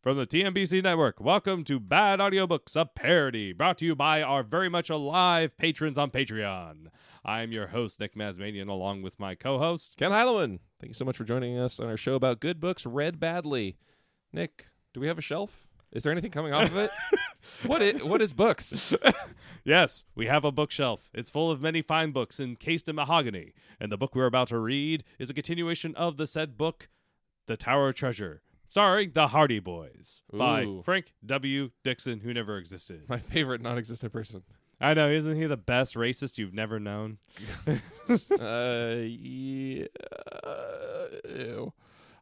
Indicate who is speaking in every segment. Speaker 1: From the TMBC network, welcome to Bad Audiobooks, a parody brought to you by our very much alive patrons on Patreon. I'm your host, Nick Masmanian, along with my co host.
Speaker 2: Ken Heileman, thank you so much for joining us on our show about good books read badly. Nick, do we have a shelf? Is there anything coming off of it? what it, what is books?
Speaker 1: Yes, we have a bookshelf. It's full of many fine books encased in mahogany, and the book we're about to read is a continuation of the said book, The Tower of Treasure, starring the Hardy Boys by
Speaker 2: Ooh.
Speaker 1: Frank W. Dixon, who never existed.
Speaker 2: My favorite non-existent person.
Speaker 1: I know, isn't he the best racist you've never known?
Speaker 2: Uh, yeah, ew.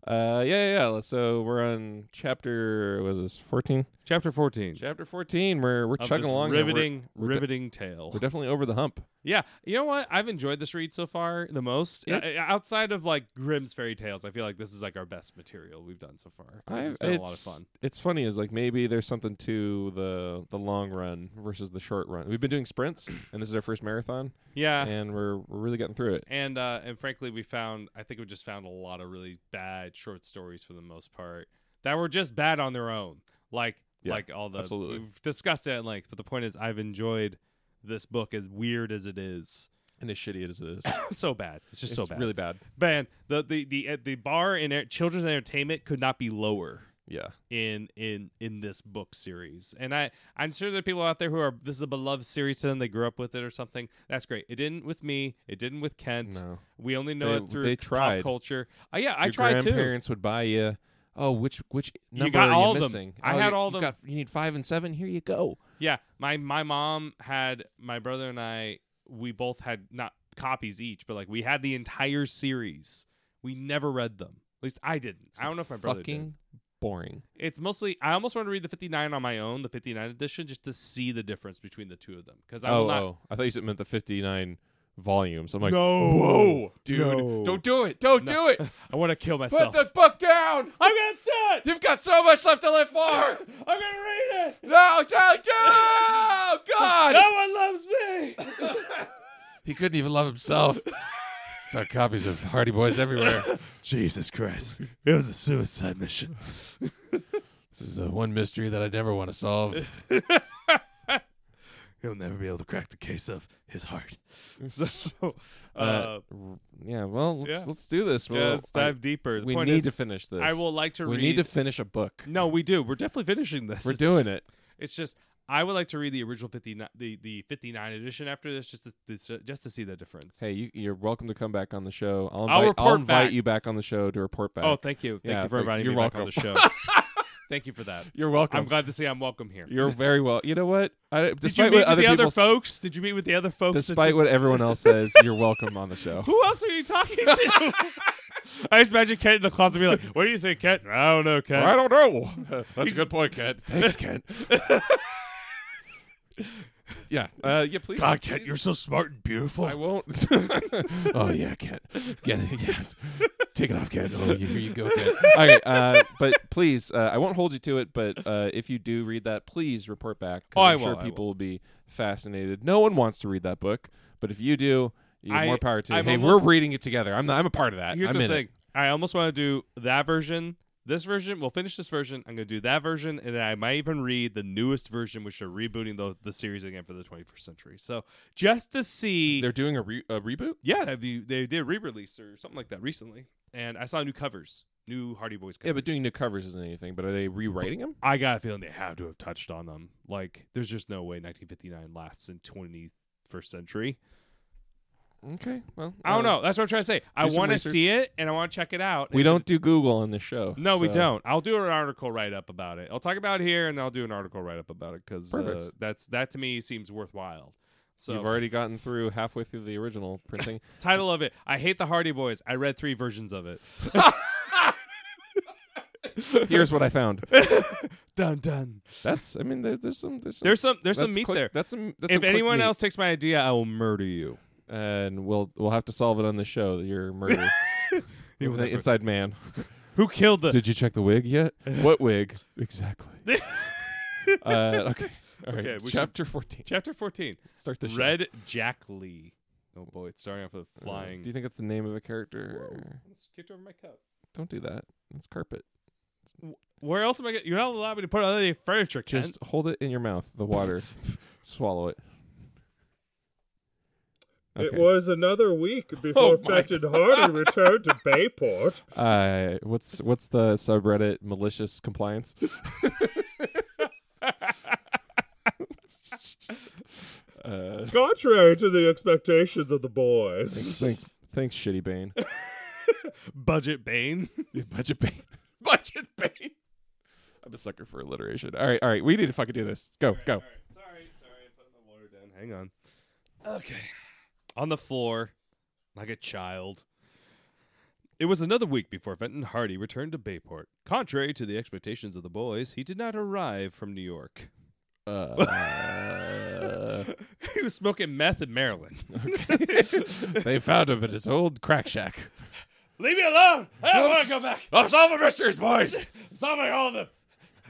Speaker 2: Uh, yeah, yeah, yeah. Let's- So we're on chapter was this fourteen?
Speaker 1: Chapter 14.
Speaker 2: Chapter fourteen. We're we're
Speaker 1: of
Speaker 2: chugging
Speaker 1: this
Speaker 2: along. here. We're-
Speaker 1: riveting,
Speaker 2: we're de-
Speaker 1: riveting tale.
Speaker 2: We're definitely over the hump.
Speaker 1: Yeah, you know what? I've enjoyed this read so far the most.
Speaker 2: Yeah.
Speaker 1: O- Outside of like Grimm's fairy tales, I feel like this is like our best material we've done so far. 'cause
Speaker 2: I-
Speaker 1: it's been a lot of fun.
Speaker 2: It's funny is like maybe there's something to the the long run versus the short run. We've been doing sprints, and this is our first marathon,
Speaker 1: Yeah,
Speaker 2: and we're we're really getting through it.
Speaker 1: and uh, and frankly, we found I think we just found a lot of really bad short stories for the most part that were just bad on their own. Like
Speaker 2: Yeah,
Speaker 1: like all the
Speaker 2: absolutely.
Speaker 1: we've discussed it at length, but the point is, I've enjoyed this book as weird as it is.
Speaker 2: And as shitty as it is,
Speaker 1: It's so bad. It's just
Speaker 2: it's
Speaker 1: so bad.
Speaker 2: really bad.
Speaker 1: man. The the the uh, the bar in er- children's entertainment could not be lower.
Speaker 2: Yeah,
Speaker 1: in in in this book series. And I I'm sure there are people out there who are this is a beloved series to them. They grew up with it or something. That's great. It didn't with me. It didn't with Kent.
Speaker 2: no.
Speaker 1: We only know
Speaker 2: They-
Speaker 1: it through
Speaker 2: they tried.
Speaker 1: pop culture. Uh, yeah, I
Speaker 2: Your
Speaker 1: tried too.
Speaker 2: grandparents would buy you. Oh, which which number
Speaker 1: got
Speaker 2: are
Speaker 1: all
Speaker 2: you
Speaker 1: of them.
Speaker 2: missing?
Speaker 1: I
Speaker 2: Oh,
Speaker 1: had
Speaker 2: you-
Speaker 1: all
Speaker 2: you
Speaker 1: them.
Speaker 2: got- you need five and seven. Here you go.
Speaker 1: Yeah, my my mom had my brother and I. We both had not copies each, but like we had the entire series. We never read them. At least I didn't. I don't know if my brother did.
Speaker 2: Fucking boring.
Speaker 1: It's mostly I almost want to read the 59 on my own, the 59 edition, just to see the difference between the two of them. Because I
Speaker 2: oh,
Speaker 1: will not
Speaker 2: oh, I thought you said meant the fifty nine volumes. I'm like,
Speaker 1: No.
Speaker 2: whoa, dude,
Speaker 1: No.
Speaker 2: don't do it, don't
Speaker 1: No.
Speaker 2: do it.
Speaker 1: I want to kill myself.
Speaker 2: Put the book down.
Speaker 1: I'm gonna do it.
Speaker 2: You've got so much left to live for.
Speaker 1: I'm gonna read it.
Speaker 2: no, no, no, God.
Speaker 1: one loves me.
Speaker 2: He couldn't even love himself. Found copies of Hardy Boys everywhere.
Speaker 1: Jesus Christ! It was a suicide mission.
Speaker 2: This is uh, one mystery that I never want to solve.
Speaker 1: He'll never be able to crack the case of his heart.
Speaker 2: Uh, r- yeah, well, let's,
Speaker 1: yeah.
Speaker 2: let's do this.
Speaker 1: yeah,
Speaker 2: Well,
Speaker 1: let's
Speaker 2: I-
Speaker 1: dive deeper. The
Speaker 2: we
Speaker 1: point
Speaker 2: need
Speaker 1: is,
Speaker 2: to finish this.
Speaker 1: I will like to
Speaker 2: we
Speaker 1: read.
Speaker 2: need to finish a book.
Speaker 1: no, we do. We're definitely finishing this.
Speaker 2: We're
Speaker 1: It's-
Speaker 2: doing it.
Speaker 1: It's just I would like to read the original 59, the the 59 edition after this, just to, this, just to see the difference.
Speaker 2: Hey, you, you're welcome to come back on the show. I'll invite,
Speaker 1: I'll report
Speaker 2: invite
Speaker 1: back.
Speaker 2: you back on the show to report back.
Speaker 1: Oh, thank you. Thank
Speaker 2: Yeah,
Speaker 1: you for
Speaker 2: thank-
Speaker 1: inviting
Speaker 2: you're
Speaker 1: me back on the
Speaker 2: welcome.
Speaker 1: show. thank you for that.
Speaker 2: you're welcome.
Speaker 1: I'm glad to see I'm welcome here.
Speaker 2: you're very well. You know what? I,
Speaker 1: Did you
Speaker 2: despite
Speaker 1: meet
Speaker 2: what
Speaker 1: with
Speaker 2: other
Speaker 1: the
Speaker 2: people,
Speaker 1: other
Speaker 2: s-
Speaker 1: folks? Did you meet with the other folks? that
Speaker 2: despite
Speaker 1: just-
Speaker 2: what everyone else says, you're welcome on the show.
Speaker 1: who else are you talking to? I just imagine Kent in the closet be like, "What do you think, Kent? I don't know, Kent.
Speaker 2: don't know. That's a good point, Kent. Thanks, Kent. yeah. Uh, yeah. Please.
Speaker 1: God, Ah, Kent,
Speaker 2: please.
Speaker 1: you're so smart and beautiful.
Speaker 2: I won't. oh yeah, Kent. Get it, yeah. Take it off, Kent. Oh, yeah, here you go, Kent. All right, uh, but please, uh, I won't hold you to it. But uh, if you do read that, please report back.
Speaker 1: Oh,
Speaker 2: 'cause
Speaker 1: I
Speaker 2: I'm sure
Speaker 1: will, I
Speaker 2: people will be fascinated. No one wants to read that book, but if you do, you have
Speaker 1: I-
Speaker 2: more power to. you.
Speaker 1: I'm
Speaker 2: hey,
Speaker 1: almost-
Speaker 2: we're reading it together. I'm not, I'm a part of that.
Speaker 1: Here's
Speaker 2: I'm
Speaker 1: the
Speaker 2: in
Speaker 1: thing.
Speaker 2: It.
Speaker 1: I almost want to do that version. This version, we'll finish this version. I'm going to do that version, and then I might even read the newest version, which they're rebooting the, the series again for the 21st century. So just to see,
Speaker 2: They're doing a, re- a reboot.
Speaker 1: yeah, they, they did re-release or something like that recently, and I saw new covers, new Hardy Boys. Covers.
Speaker 2: Yeah, but doing new covers isn't anything. But are they rewriting them?
Speaker 1: I got a feeling they have to have touched on them. Like, there's just no way 1959 lasts in 21st century.
Speaker 2: Okay. Well,
Speaker 1: Mm-hmm. I don't
Speaker 2: uh,
Speaker 1: know. That's what I'm trying to say. I
Speaker 2: some
Speaker 1: want to
Speaker 2: research.
Speaker 1: see it and I want to check it out.
Speaker 2: We
Speaker 1: And if
Speaker 2: don't do Google on this show.
Speaker 1: it's- No, we
Speaker 2: so-
Speaker 1: don't. I'll do an article write up about it. I'll talk about it here and I'll do an article write up about it because uh,
Speaker 2: Perfect.
Speaker 1: that's that to me seems worthwhile. So,
Speaker 2: You've already gotten through halfway through the original printing.
Speaker 1: title of it: I hate the Hardy Boys. I read three versions of it.
Speaker 2: Here's what I found.
Speaker 1: dun dun.
Speaker 2: That's I mean there's there's some there's some,
Speaker 1: There's some there's some
Speaker 2: that's
Speaker 1: meat
Speaker 2: quick-
Speaker 1: there.
Speaker 2: That's some that's some
Speaker 1: If
Speaker 2: quick
Speaker 1: anyone
Speaker 2: meat.
Speaker 1: else takes my idea, I will murder you.
Speaker 2: and we'll we'll have to solve it on the show. Your murder,
Speaker 1: You
Speaker 2: With
Speaker 1: will
Speaker 2: an
Speaker 1: never-
Speaker 2: inside man.
Speaker 1: Who killed the?
Speaker 2: Did you check the wig yet? what wig exactly? uh, okay, all right.
Speaker 1: Okay, we should-
Speaker 2: Chapter fourteen.
Speaker 1: Chapter 14.
Speaker 2: Start the show.
Speaker 1: Red Jack Lee. Oh boy, it's starting off with
Speaker 2: Uh,
Speaker 1: flying.
Speaker 2: Do you think that's the name of a character?
Speaker 1: Let's get over my cup.
Speaker 2: Don't do that. It's carpet.
Speaker 1: Where else am I? Gonna, you're not allowed me to put on any furniture, Kent.
Speaker 2: Just hold it in your mouth, the water. Swallow it.
Speaker 3: It was another week before
Speaker 2: Oh my
Speaker 3: Fetch and Hardy returned to Bayport.
Speaker 2: Uh, what's what's the subreddit malicious compliance? uh,
Speaker 3: Contrary to the expectations of the boys.
Speaker 2: thanks, thanks, shitty Bane.
Speaker 1: Budget Bane.
Speaker 2: Budget Bane. Budget Bane. I'm a sucker for alliteration. All right, all right. We need to fucking do this. Go, go.
Speaker 1: Sorry, sorry. I'm putting the water down. Hang on. Okay. On the floor, like a child. It was another week before Fenton Hardy returned to Bayport. Contrary to the expectations of the boys, he did not arrive from New York.
Speaker 2: Uh,
Speaker 1: he was smoking meth in Maryland.
Speaker 2: they found him at his old crack shack.
Speaker 1: Leave me alone! I don't want to go back!
Speaker 2: Oh, solve the mysteries, boys.
Speaker 1: Solving all the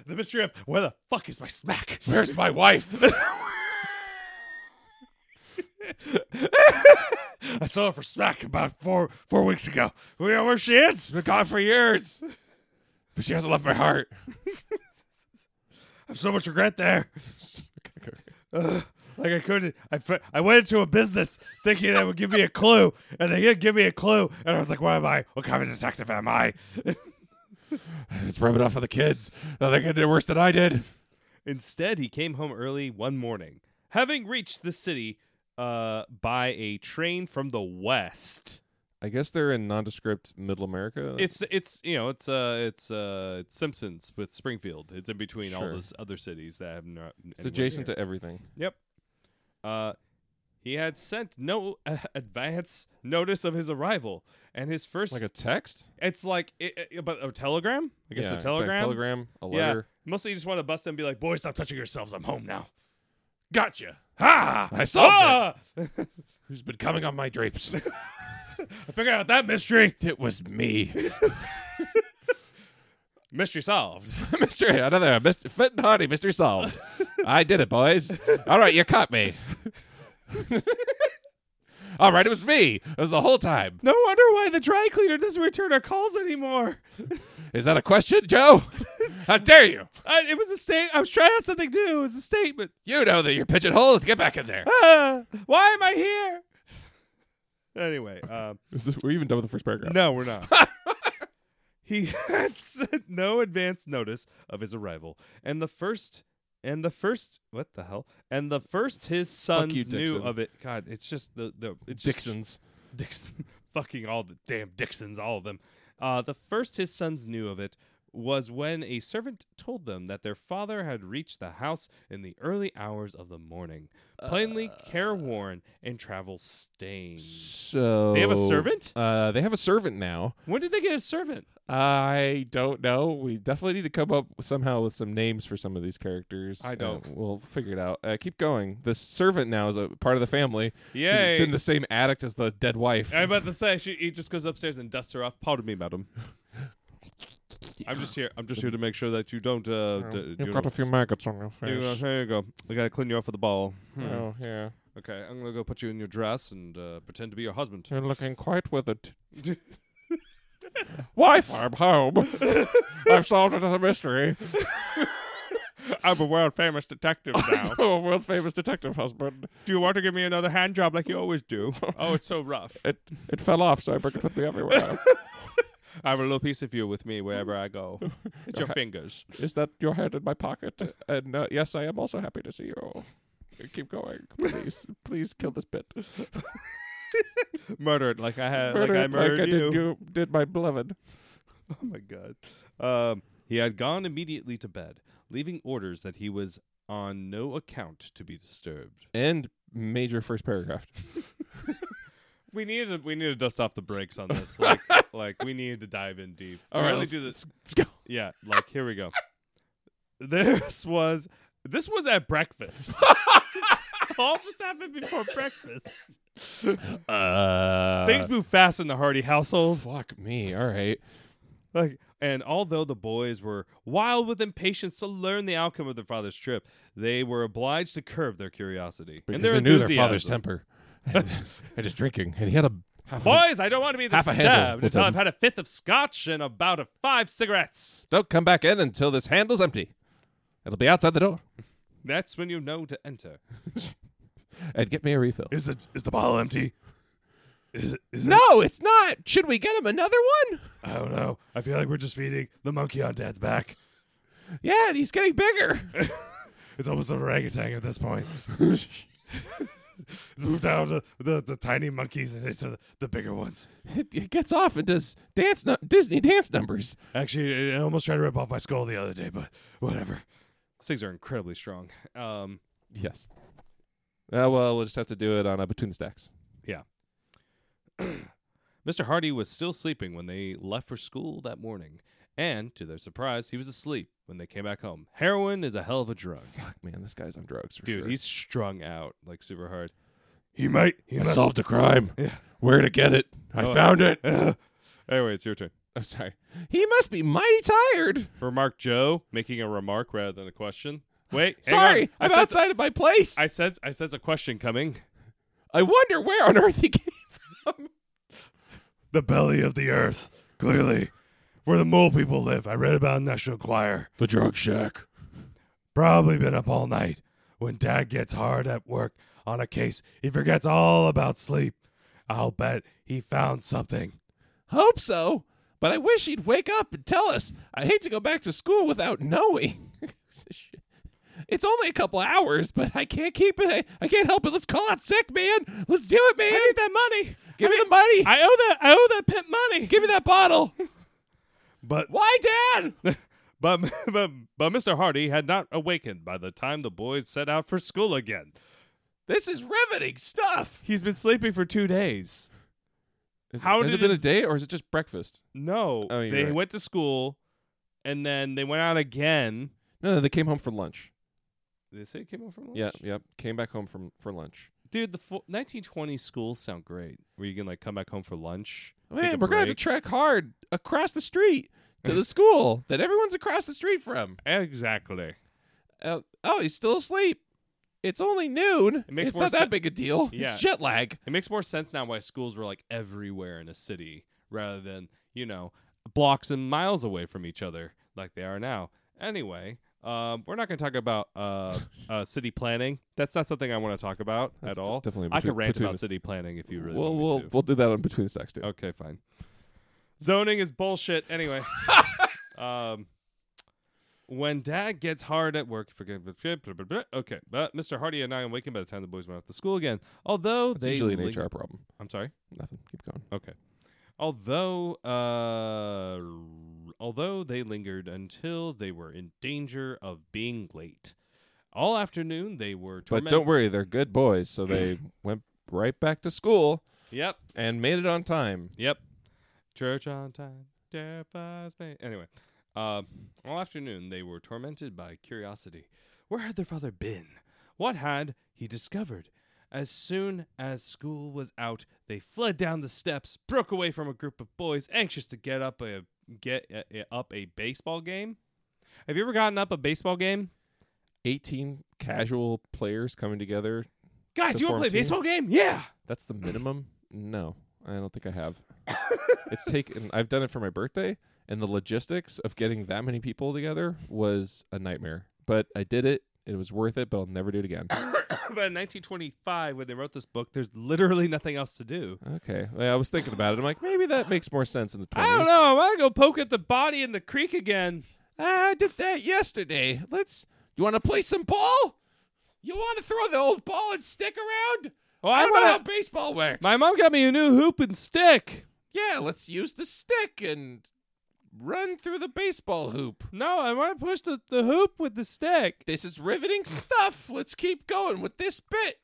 Speaker 1: the mystery of where the fuck is my smack?
Speaker 2: Where's my wife?
Speaker 1: I saw her for smack about four four weeks ago. We know where she is.
Speaker 2: been gone for years, but she hasn't left my heart.
Speaker 1: I have so much regret there. Like I couldn't. I, fe- I went into a business thinking they would give me a clue, and they didn't give me a clue. And I was like, "What am I? What kind of detective am I?"
Speaker 2: It's rubbing off on the kids. Now they're gonna do worse than I did.
Speaker 1: Instead, he came home early one morning, having reached the city uh, by a train from the west.
Speaker 2: I guess they're in nondescript Middle America.
Speaker 1: It's it's you know it's uh it's uh it's Simpsons with Springfield. It's in between all
Speaker 2: Sure.
Speaker 1: those other cities that have not.
Speaker 2: it's adjacent to everything.
Speaker 1: Yep. Uh, he had sent no uh, advance notice of his arrival, and his first
Speaker 2: Like a text.
Speaker 1: It's like, it, it- but a telegram. I guess
Speaker 2: Yeah,
Speaker 1: a
Speaker 2: it's like
Speaker 1: telegram.
Speaker 2: a telegram, a
Speaker 1: Yeah.
Speaker 2: letter.
Speaker 1: Mostly, you just want to bust them and be like, "Boys, stop touching yourselves. I'm home now." Gotcha.
Speaker 2: Ah, I solved it.
Speaker 1: Ah!
Speaker 2: Who's been coming on my drapes?
Speaker 1: I figured out that mystery.
Speaker 2: it was me,
Speaker 1: Mystery solved.
Speaker 2: Mister. Another Mister Fit and Hardy, Mister Solved. I did it, boys. All right, you caught me. All right, it was me. It was the whole time.
Speaker 1: No wonder why the dry cleaner doesn't return our calls anymore.
Speaker 2: Is that a question, Joe? How dare you?
Speaker 1: I, it was a state. I was trying out something new. It was a statement.
Speaker 2: You know that you're pigeonholed. Get back in there.
Speaker 1: Ah, why am I here? Anyway, um,
Speaker 2: we're even done with the first paragraph.
Speaker 1: No, we're not. he had sent no advance notice of his arrival, and the first and the first what the hell? And the first his sons
Speaker 2: you,
Speaker 1: knew
Speaker 2: Dixon.
Speaker 1: of it. God, it's just the the it's just-
Speaker 2: Dixon's.
Speaker 1: Dixon, fucking all the damn Dixons, all of them. Uh, the first his sons knew of it was when a servant told them that their father had reached the house in the early hours of the morning, plainly
Speaker 2: Uh.
Speaker 1: careworn and travel stained.
Speaker 2: So
Speaker 1: They have a servant?
Speaker 2: Uh, they have a servant now.
Speaker 1: When did they get a servant?
Speaker 2: I don't know. We definitely need to come up somehow with some names for some of these characters.
Speaker 1: I don't.
Speaker 2: Uh, we'll figure it out. Uh, keep going. The servant now is a part of the family.
Speaker 1: Yay.
Speaker 2: It's in the same attic as the dead wife.
Speaker 1: I'm about to say she, he just goes upstairs and dusts her off. Pardon me, madam. I'm just here. I'm just here to make sure that you don't. Uh, d- you
Speaker 2: You've got
Speaker 1: know-
Speaker 2: a few maggots on your
Speaker 1: you know,
Speaker 2: face.
Speaker 1: There you go. I gotta clean you off with the ball. Hmm.
Speaker 2: Oh, yeah.
Speaker 1: Okay, I'm gonna go put you in your dress and uh, pretend to be your husband.
Speaker 2: You're looking quite withered. Wife, I'm home. I've solved another mystery.
Speaker 1: I'm a world famous detective now.
Speaker 2: Oh, a world famous detective husband.
Speaker 1: do you want to give me another hand job like you always do? Oh, it's so rough.
Speaker 2: It it fell off, so I bring it with me everywhere.
Speaker 1: I have a little piece of you with me wherever I go. It's your fingers.
Speaker 2: Is that your hand in my pocket? And uh, yes, I am also happy to see you. Keep going, please. Please kill this bit.
Speaker 1: Murdered like I had.
Speaker 2: Murder
Speaker 1: like I
Speaker 2: it like
Speaker 1: murdered
Speaker 2: I
Speaker 1: you.
Speaker 2: did you did my beloved.
Speaker 1: Oh my god. Um, he had gone immediately to bed, leaving orders that he was on no account to be disturbed.
Speaker 2: End major first paragraph.
Speaker 1: We need to we need to dust off the brakes on this. Like like we need to dive in deep.
Speaker 2: All
Speaker 1: we
Speaker 2: right,
Speaker 1: really
Speaker 2: let's-
Speaker 1: do this.
Speaker 2: Let's go.
Speaker 1: Yeah, like here we go. This was this was at breakfast. All this happened before breakfast.
Speaker 2: Uh,
Speaker 1: Things move fast in the Hardy household.
Speaker 2: Fuck me. All right.
Speaker 1: Like, and although the boys were wild with impatience to learn the outcome of their father's trip, they were obliged to curb their curiosity
Speaker 2: Because
Speaker 1: and their
Speaker 2: they knew their father's
Speaker 1: enthusiasm.
Speaker 2: temper. and just drinking, and he had a half a-
Speaker 1: Boys, I don't want to be the
Speaker 2: Half a handle
Speaker 1: stabbed
Speaker 2: will
Speaker 1: until
Speaker 2: do.
Speaker 1: I've had a fifth of scotch and about a five cigarettes.
Speaker 2: Don't come back in until this handle's empty. It'll be outside the door.
Speaker 1: That's when you know to enter.
Speaker 2: And get me a refill.
Speaker 4: Is it is the bottle empty? Is it is it
Speaker 2: No, it's not. Should we get him another one?
Speaker 4: I don't know. I feel like we're just feeding the monkey on dad's back.
Speaker 2: Yeah, and he's getting bigger.
Speaker 4: It's almost an orangutan at this point. it's moved out of the, the, the tiny monkeys and into the, the bigger ones.
Speaker 2: it, it gets off and does dance nu- Disney dance numbers.
Speaker 4: Actually, I almost tried to rip off my skull the other day, but whatever.
Speaker 1: These things are incredibly strong. Um,
Speaker 2: Yes. Uh, well, we'll just have to do it on uh, between the stacks.
Speaker 1: Mr. Hardy was still sleeping when they left for school that morning, and to their surprise, he was asleep when they came back home. Heroin is a hell of a drug.
Speaker 2: Fuck, man, this guy's on drugs for
Speaker 1: Dude,
Speaker 2: sure.
Speaker 1: he's strung out like super hard.
Speaker 4: He might. He
Speaker 2: I
Speaker 4: must.
Speaker 2: solved a crime.
Speaker 4: Yeah.
Speaker 2: Where to get it? I
Speaker 1: Oh,
Speaker 2: found it.
Speaker 1: Anyway, it's your turn.
Speaker 2: uh, I'm sorry. He must be mighty tired.
Speaker 1: Remark Joe, making a remark rather than a question. Wait, hang on.
Speaker 2: Sorry,
Speaker 1: I
Speaker 2: I'm
Speaker 1: sense-
Speaker 2: outside of my place. I,
Speaker 1: I sense I sense a question coming.
Speaker 2: wonder where on earth he came from.
Speaker 4: the belly of the earth, clearly, where the mole people live. I read about in National Enquirer.
Speaker 2: The drug shack.
Speaker 4: Probably been up all night. When dad gets hard at work on a case, he forgets all about sleep. I'll bet he found something.
Speaker 2: Hope so. But I wish he'd wake up and tell us. I hate to go back to school without knowing. it's only a couple hours, but I can't keep it. I, I can't help it. Let's call out sick, man. Let's do it, man.
Speaker 1: I need that money.
Speaker 2: Give me the money.
Speaker 1: I owe that I owe Uh, oh, that pimp money.
Speaker 2: Give me that bottle.
Speaker 4: But
Speaker 2: Why, Dad?
Speaker 1: But, but but Mr. Hardy had not awakened by the time the boys set out for school again.
Speaker 2: This is riveting stuff.
Speaker 1: He's been sleeping for two days. How
Speaker 2: has
Speaker 1: did
Speaker 2: it been
Speaker 1: his-
Speaker 2: a day or is it just breakfast?
Speaker 1: No,
Speaker 2: Oh, you're
Speaker 1: they
Speaker 2: right.
Speaker 1: went to school, and then they went out again.
Speaker 2: No, no, they came home for lunch.
Speaker 1: Did they say it came over from lunch?
Speaker 2: Yeah, yep. Came back home from for lunch.
Speaker 1: dude. The fo- 1920 schools sound great, where you can like come back home for lunch. take a
Speaker 2: Man, we're gonna have to
Speaker 1: break.
Speaker 2: trek hard across the street to the school that everyone's across the street from.
Speaker 1: exactly.
Speaker 2: Uh, oh, he's still asleep. It's only noon.
Speaker 1: It makes
Speaker 2: it's
Speaker 1: more
Speaker 2: not
Speaker 1: sen-
Speaker 2: that big a deal.
Speaker 1: Yeah.
Speaker 2: It's jet lag.
Speaker 1: It makes more sense now why schools were like everywhere in a city rather than, you know, blocks and miles away from each other like they are now. Anyway, um, we're not going to talk about uh, uh, city planning. That's not something I want to talk about
Speaker 2: That's
Speaker 1: at all.
Speaker 2: definitely
Speaker 1: I could
Speaker 2: between-
Speaker 1: rant
Speaker 2: between
Speaker 1: about
Speaker 2: us.
Speaker 1: city planning if you really
Speaker 2: we'll
Speaker 1: want me
Speaker 2: we'll,
Speaker 1: to.
Speaker 2: we'll do that on between stacks too.
Speaker 1: Okay, fine. Zoning is bullshit. Anyway, um, when Dad gets hard at work, forget. blah, blah, blah, blah, blah. Okay, but Mr. Hardy and I am waking by the time the boys went off to school again. Although
Speaker 2: It's
Speaker 1: they
Speaker 2: usually an
Speaker 1: lin-
Speaker 2: HR problem.
Speaker 1: I'm sorry.
Speaker 2: Nothing. Keep going.
Speaker 1: Okay. Although, uh, although they lingered until they were in danger of being late. All afternoon they were.
Speaker 2: But don't
Speaker 1: tormented-
Speaker 2: worry, they're good boys, so they went right back to school
Speaker 1: Yep.
Speaker 2: and made it on time.
Speaker 1: Yep. Church on time terrifies me. Anyway, uh, all afternoon they were tormented by curiosity. Where had their father been? What had he discovered? As soon as school was out, they fled down the steps, broke away from a group of boys anxious to get up a get uh, uh, up a baseball game. Have you ever gotten up a baseball game?
Speaker 2: Eighteen casual players coming together.
Speaker 1: Guys,
Speaker 2: To
Speaker 1: you want to
Speaker 2: form
Speaker 1: play a
Speaker 2: team?
Speaker 1: baseball game? Yeah.
Speaker 2: That's the minimum. no, I don't think I have. it's taken. I've done it for my birthday, and the logistics of getting that many people together was a nightmare. But I did it. It was worth it. But I'll never do it again.
Speaker 1: but in 1925 when they wrote this book, there's literally nothing else to do.
Speaker 2: Okay. Well, I was thinking about it. I'm like, maybe that makes more sense in the 20s.
Speaker 1: I don't know. I want to go poke at the body in the creek again.
Speaker 2: Ah, I did that yesterday. Let's. You want to play some ball? You want to throw the old ball and stick around?
Speaker 1: Oh,
Speaker 2: I
Speaker 1: I
Speaker 2: don't know how
Speaker 1: want to.
Speaker 2: baseball works.
Speaker 1: My mom got me a new hoop and stick.
Speaker 2: yeah, let's use the stick and run through the baseball hoop.
Speaker 1: No, I want to push the, the hoop with the stick.
Speaker 2: This is riveting stuff. Let's keep going with this bit.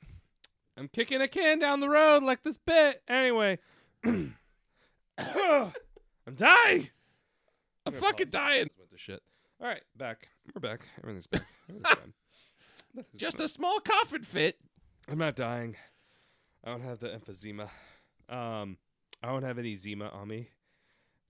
Speaker 1: I'm kicking a can down the road like this bit. Anyway, I'm dying.
Speaker 2: I'm fucking dying.
Speaker 1: Went to shit. All right, back. We're back. Everything's back. Everything's fine.
Speaker 2: Just a small coffin fit.
Speaker 1: I'm not dying. I don't have the emphysema. Um, I don't have any zema on me.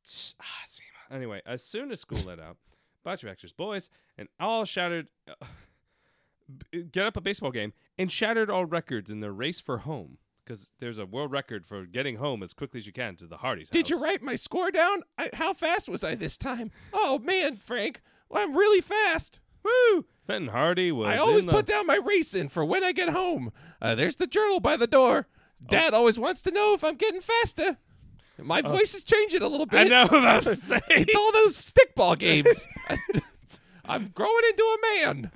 Speaker 1: Tch, Ah, zema. Anyway, as soon as school let out, bunch of extras boys and all uh, shouted, b- get up a baseball game and shattered all records in their race for home. because there's a world record for getting home as quickly as you can to the Hardy's
Speaker 2: Did you
Speaker 1: house.
Speaker 2: write my score down? I, how fast was I this time? Oh man, Frank, I'm really fast. Woo!
Speaker 1: Fenton Hardy was.
Speaker 2: I always
Speaker 1: in the-
Speaker 2: put down my race in for when I get home. Uh, there's the journal by the door.
Speaker 1: Oh.
Speaker 2: Dad always wants to know if I'm getting faster. My voice is changing a little bit.
Speaker 1: Uh. I know what I was saying.
Speaker 2: It's all those stickball games. I'm growing into a man.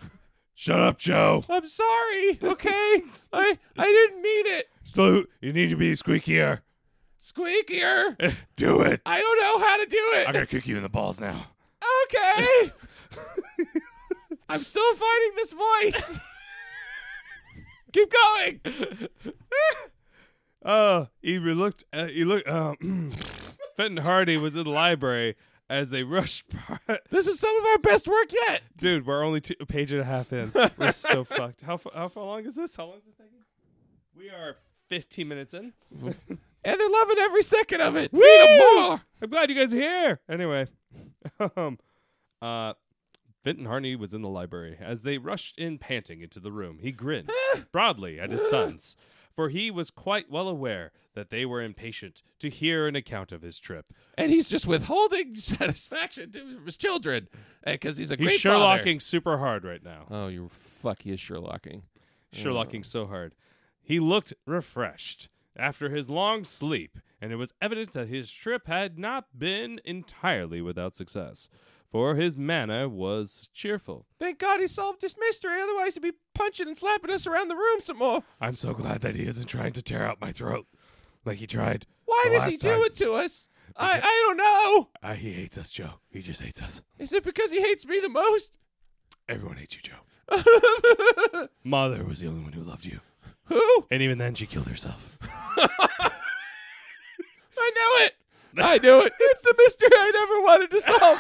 Speaker 4: Shut up, Joe.
Speaker 2: I'm sorry. Okay, I I didn't mean it.
Speaker 4: Squeak- You need to be squeakier.
Speaker 2: Squeakier.
Speaker 4: Do it.
Speaker 2: I don't know how to do it.
Speaker 4: I'm gonna kick you in the balls now.
Speaker 2: Okay. I'm still finding this voice. Keep going.
Speaker 1: Oh, he looked. At, he looked. Um, Fenton Hardy was in the library as they rushed. by-
Speaker 2: This is some of our best work yet.
Speaker 1: Dude, we're only two, a page and a half in. We're so fucked. How fa- how far long is this? How long is this taking? We are 15 minutes in.
Speaker 2: And they're loving every second of it. Feed 'em more.
Speaker 1: I'm glad you guys are here. Anyway, um, uh, Vinton Harney was in the library as they rushed in panting into the room. He grinned broadly at his sons, for he was quite well aware that they were impatient to hear an account of his trip.
Speaker 2: And he's just withholding satisfaction to his children because he's a
Speaker 1: He's
Speaker 2: great father.
Speaker 1: Sherlocking super hard right now.
Speaker 2: Oh, you fuck! He is Sherlocking.
Speaker 1: Sherlocking so hard. He looked refreshed after his long sleep, and it was evident that his trip had not been entirely without success, for his manner was cheerful.
Speaker 2: Thank God he solved this mystery. Otherwise, he'd be punching and slapping us around the room some more.
Speaker 4: I'm so glad that he isn't trying to tear out my throat like he tried.
Speaker 2: Why
Speaker 4: the
Speaker 2: does he
Speaker 4: last
Speaker 2: do
Speaker 4: time.
Speaker 2: it to us? I I don't know.
Speaker 4: I, he hates us, Joe. He just hates us.
Speaker 2: Is it because he hates me the most?
Speaker 4: Everyone hates you, Joe.
Speaker 1: Mother.
Speaker 4: Mother was the only one who loved you.
Speaker 2: Who?
Speaker 4: And even then, she killed herself.
Speaker 2: I knew it. I knew it. It's the mystery I never wanted to solve.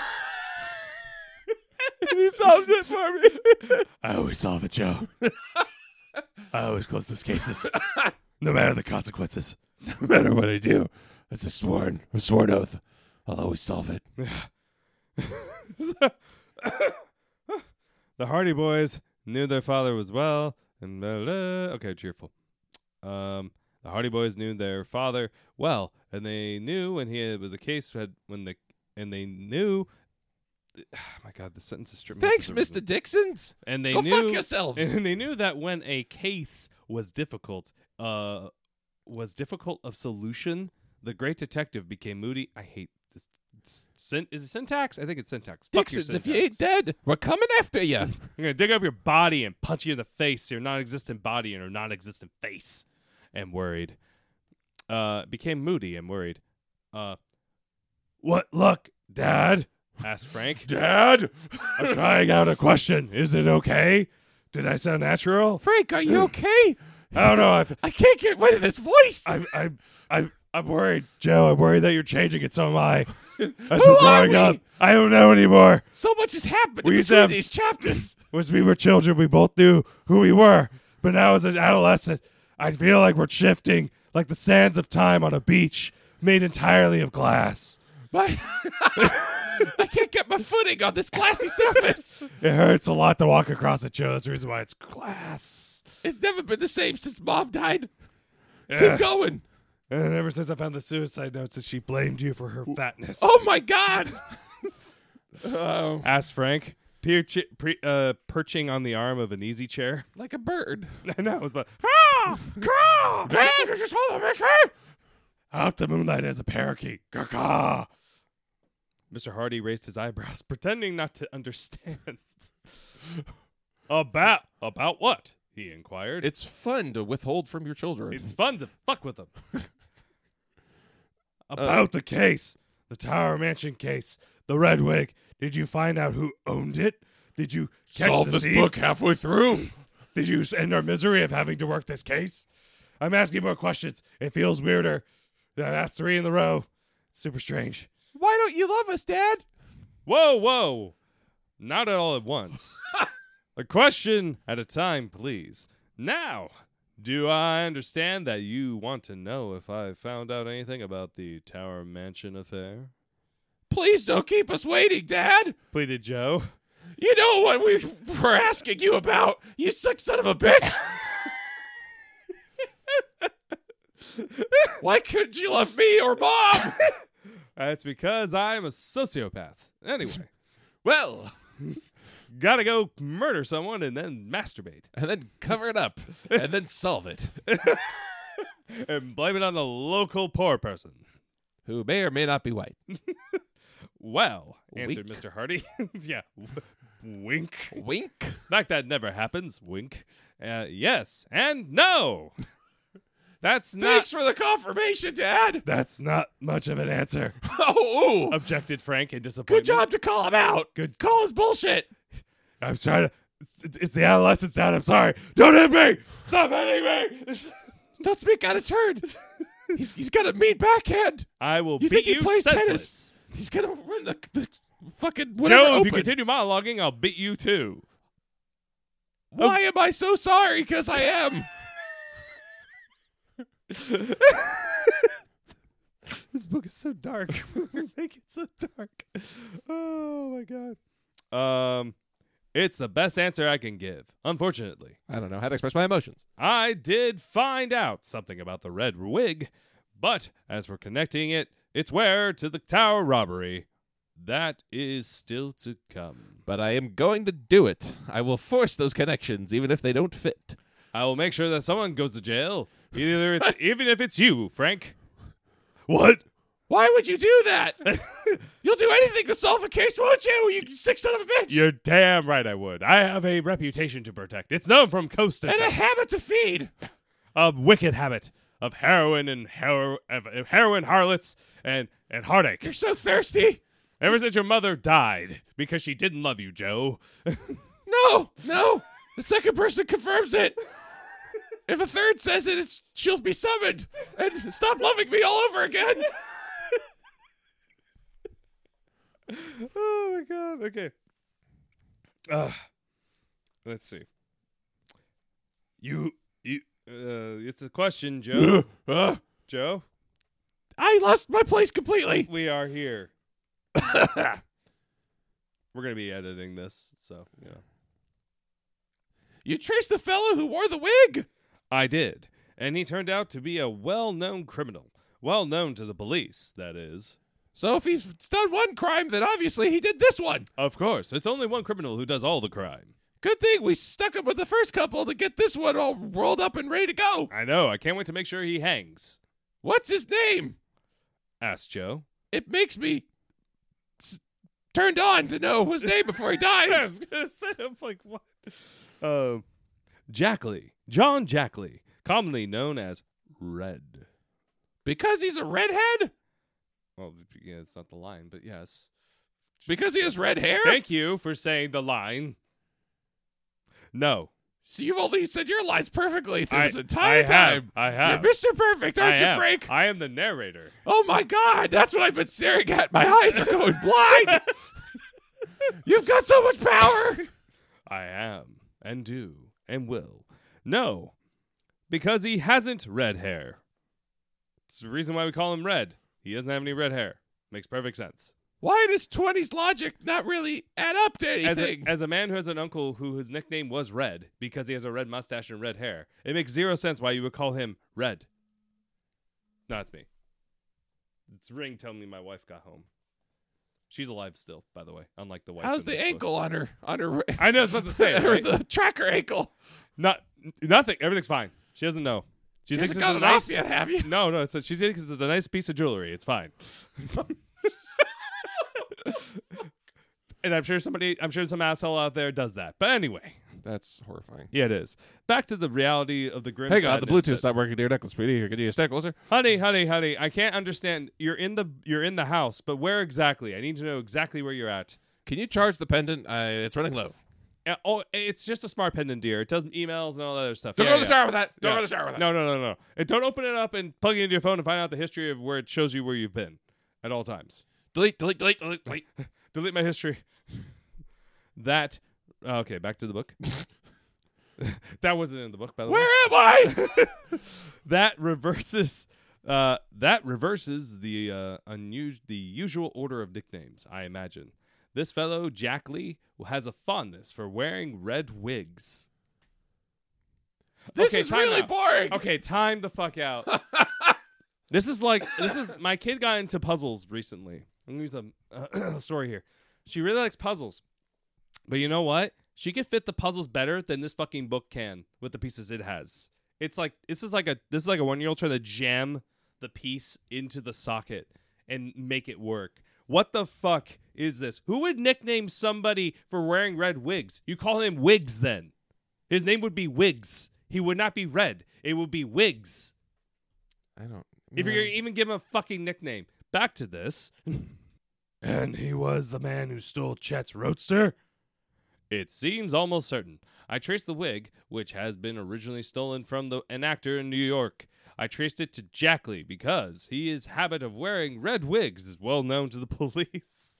Speaker 2: And you solved it for me.
Speaker 4: I always solve it, Joe. I always close those cases, no matter the consequences.
Speaker 2: no matter what I do, it's a sworn, a sworn oath. I'll always solve it.
Speaker 1: The Hardy boys knew their father was well, and blah, blah. okay, cheerful. Um, the Hardy boys knew their father well, and they knew when he had, was the case had when the and they knew. my God, the sentence is stripped. me
Speaker 2: Thanks,
Speaker 1: for some reason.
Speaker 2: Mr. Dixon's.
Speaker 1: And they
Speaker 2: Go
Speaker 1: knew
Speaker 2: fuck yourselves.
Speaker 1: and they knew that when a case was difficult, uh, was difficult of solution, the great detective became moody. I hate this. s- Syn- is it syntax? I think it's syntax. Fuck your
Speaker 2: Dixon's, if you
Speaker 1: syntax.
Speaker 2: ain't dead, we're coming after you.
Speaker 1: I'm gonna dig up your body and punch you in the face, your non-existent body and your non-existent face. And worried, uh, became moody and worried. Uh,
Speaker 4: What? Look, Dad.
Speaker 1: asked Frank.
Speaker 4: Dad? I'm trying out a question. Is it okay? Did I sound natural?
Speaker 2: Frank, are you okay?
Speaker 4: I don't know. I've,
Speaker 2: I can't get rid of this voice.
Speaker 4: I'm, I'm, I'm, I'm worried, Joe. I'm worried that you're changing it. So am I. As
Speaker 2: Who
Speaker 4: we're
Speaker 2: are
Speaker 4: growing
Speaker 2: we?
Speaker 4: up, I don't know anymore.
Speaker 2: so much has happened
Speaker 4: We
Speaker 2: in
Speaker 4: used to
Speaker 2: between
Speaker 4: have-
Speaker 2: these chapters.
Speaker 4: Once we were children, we both knew who we were. But now, as an adolescent, I feel like we're shifting like the sands of time on a beach made entirely of glass.
Speaker 2: My- I can't get my footing on this glassy surface.
Speaker 4: It hurts a lot to walk across it, Joe. That's the reason why it's glass.
Speaker 2: It's never been the same since Mom died.
Speaker 4: Yeah.
Speaker 2: Keep going.
Speaker 4: And ever since I found the suicide notes that she blamed you for her fatness.
Speaker 2: Oh my God. Oh,
Speaker 1: Asked Frank, peer chi- pre- uh, perching on the arm of an easy chair.
Speaker 2: like a bird.
Speaker 1: I know it was, but
Speaker 4: Out to moonlight as a parakeet.
Speaker 2: Uh,
Speaker 4: Caw-caw.
Speaker 1: Mr. Hardy raised his eyebrows, pretending not to understand. about about what? He inquired.
Speaker 2: It's fun to withhold from your children.
Speaker 1: it's fun to fuck with them.
Speaker 4: About the case, the Tower Mansion case, the Red Wig. Did you find out who owned it? Did you catch
Speaker 2: Solve
Speaker 4: the
Speaker 2: this
Speaker 4: thief?
Speaker 2: book halfway through.
Speaker 4: Did you end our misery of having to work this case? I'm asking more questions. It feels weirder. That's three in the row. It's super strange.
Speaker 2: Why don't you love us, Dad?
Speaker 1: Whoa, whoa! Not all at once. a question at a time, please. Now, do I understand that you want to know if I found out anything about the Tower Mansion affair?
Speaker 2: Please don't keep us waiting, Dad.
Speaker 1: Pleaded Joe.
Speaker 2: You know what we were asking you about. You sick son of a bitch. Why couldn't you love me or mom?
Speaker 1: That's because I'm a sociopath. Anyway,
Speaker 2: well,
Speaker 1: gotta go murder someone and then masturbate
Speaker 2: and then cover it up and then solve it.
Speaker 1: and blame it on a local poor person.
Speaker 2: Who may or may not be white.
Speaker 1: Wow, answered
Speaker 2: Wink.
Speaker 1: Mr. Hardy. yeah, w- wink.
Speaker 2: Wink.
Speaker 1: Like that never happens. Wink. Uh, yes and no. That's
Speaker 2: Thanks
Speaker 1: not.
Speaker 2: for the confirmation, Dad.
Speaker 4: That's not much of an answer.
Speaker 2: Oh, ooh.
Speaker 1: Objected Frank in disappointment.
Speaker 2: good job to call him out. Good call is bullshit.
Speaker 4: I'm trying to. It's, it's the adolescent sound. I'm sorry. Don't hit me. Stop hitting me.
Speaker 2: Don't speak out of turn. he's he's got a mean backhand.
Speaker 1: I will beat
Speaker 2: You think he
Speaker 1: you
Speaker 2: plays tennis?
Speaker 1: senseless.
Speaker 2: He's gonna win the, the fucking whatever
Speaker 1: Joe, if
Speaker 2: open.
Speaker 1: you continue monologuing, I'll beat you too.
Speaker 2: Why am I so sorry? Because I am.
Speaker 1: This book is so dark. We're gonna make it so dark. Oh my god. Um, it's the best answer I can give. Unfortunately,
Speaker 2: I don't know how to express my emotions.
Speaker 1: I did find out something about the red wig, but as for connecting it, its where to the tower robbery, that is still to come.
Speaker 2: But I am going to do it. I will force those connections, even if they don't fit.
Speaker 1: I will make sure that someone goes to jail. Either it's even if it's you, Frank.
Speaker 4: What?
Speaker 2: Why would you do that? You'll do anything to solve a case, won't you? You sick son of a bitch.
Speaker 1: You're damn right I would. I have a reputation to protect. It's known from coast to
Speaker 2: and a
Speaker 1: coast.
Speaker 2: habit to feed.
Speaker 1: a wicked habit of heroin and hero- of of heroin harlots and, and heartache.
Speaker 2: You're so thirsty.
Speaker 1: Ever since your mother died because she didn't love you, Joe.
Speaker 2: No, no. The second person confirms it. If a third says it, it's she'll be summoned and stop loving me all over again.
Speaker 1: Oh my god. Okay. Uh, let's see. You you uh, it's a question, Joe.
Speaker 2: Uh,
Speaker 1: Joe,
Speaker 2: I lost my place completely.
Speaker 1: we are here. We're gonna be editing this, so you know.
Speaker 2: You traced the fellow who wore the wig.
Speaker 1: I did, and he turned out to be a well-known criminal, well known to the police. That is,
Speaker 2: So if he's done one crime, then obviously he did this one.
Speaker 1: of course, it's only one criminal who does all the crime.
Speaker 2: Good thing we stuck him with the first couple to get this one all rolled up and ready to go.
Speaker 1: I know. I can't wait to make sure he hangs.
Speaker 2: What's his name?
Speaker 1: Asked Joe.
Speaker 2: It makes me s- turned on to know his name before he dies.
Speaker 1: gonna say, I'm like, what? Um, Jackley, John Jackley, commonly known as Red.
Speaker 2: because he's a redhead?
Speaker 1: Well, yeah, it's not the line, but yes.
Speaker 2: Because he has red hair?
Speaker 1: Thank you for saying the line. No,
Speaker 2: so you've only said your lines perfectly through
Speaker 1: I,
Speaker 2: this entire
Speaker 1: I have,
Speaker 2: time.
Speaker 1: I have.
Speaker 2: You're Mr. Perfect, aren't
Speaker 1: I
Speaker 2: you,
Speaker 1: am.
Speaker 2: Frank?
Speaker 1: I am the narrator.
Speaker 2: Oh my god, that's what I've been staring at. My eyes are going blind. you've got so much power.
Speaker 1: I am, and do, and will. No, because he hasn't red hair. It's the reason why we call him red. He doesn't have any red hair. Makes perfect sense.
Speaker 2: Why does 20's logic not really add up to
Speaker 1: As a,
Speaker 2: anything?
Speaker 1: as a man who has an uncle who his nickname was Red because he has a red mustache and red hair, it makes zero sense why you would call him Red. No, it's me. It's Ring telling me my wife got home. She's alive still, by the way, unlike the wife.
Speaker 2: How's
Speaker 1: in this
Speaker 2: the
Speaker 1: book.
Speaker 2: ankle on her on her
Speaker 1: I know it's not the same.
Speaker 2: or
Speaker 1: right?
Speaker 2: the tracker ankle?
Speaker 1: Not nothing. Everything's fine. She doesn't know. She,
Speaker 2: You
Speaker 1: thinks
Speaker 2: hasn't
Speaker 1: it's
Speaker 2: got
Speaker 1: a
Speaker 2: it
Speaker 1: nice.
Speaker 2: off yet, have you?
Speaker 1: No, no. It's a, she thinks it's a nice piece of jewelry. It's fine. and I'm sure somebody, I'm sure some asshole out there does that. But anyway,
Speaker 2: That's horrifying.
Speaker 1: yeah, it is. Back to the reality of the grim.
Speaker 2: Hey God, the
Speaker 1: sadness
Speaker 2: Bluetooth
Speaker 1: that-
Speaker 2: stopped working to your necklace, sweetie. Here, Could you stay closer?
Speaker 1: honey, honey, honey. I can't understand. You're in the, you're in the house, but where exactly? I need to know exactly where you're at.
Speaker 2: Can you charge the pendant? I, it's running low.
Speaker 1: Uh, Oh, it's just a smart pendant, dear. It doesn't emails and all that other stuff.
Speaker 2: Don't
Speaker 1: Yeah,
Speaker 2: go to
Speaker 1: yeah.
Speaker 2: the shower with that. Don't
Speaker 1: Yeah.
Speaker 2: go to the shower with that.
Speaker 1: No, no, no, no. And don't open it up and plug it into your phone and find out the history of where it shows you where you've been at all times.
Speaker 2: Delete, delete, delete, delete, delete.
Speaker 1: Delete my history. that. Okay, back to the book. that wasn't in the book, by the way.
Speaker 2: Where am I?
Speaker 1: That reverses. Uh, that reverses the uh, unusual, the usual order of nicknames. I imagine this fellow Jack Lee has a fondness for wearing red wigs.
Speaker 2: this
Speaker 1: Okay,
Speaker 2: is
Speaker 1: time
Speaker 2: really
Speaker 1: out.
Speaker 2: boring.
Speaker 1: Okay, time the fuck out. This is like this is my kid got into puzzles recently. I'm gonna use a story here. She really likes puzzles, but you know what? She can fit the puzzles better than this fucking book can with the pieces it has. It's like this is like a this is like a one year old trying to jam the piece into the socket and make it work. What the fuck is this? Who would nickname somebody for wearing red wigs? You call him Wigs then. His name would be Wigs. He would not be red. It would be Wigs.
Speaker 2: I don't.
Speaker 1: If
Speaker 2: no.
Speaker 1: you're gonna even give him a fucking nickname. Back to this.
Speaker 4: And he was the man who stole Chet's roadster?
Speaker 1: It seems almost certain. I traced the wig, which has been originally stolen from the, an actor in New York. I traced it to Jackley because he his habit of wearing red wigs is well known to the police.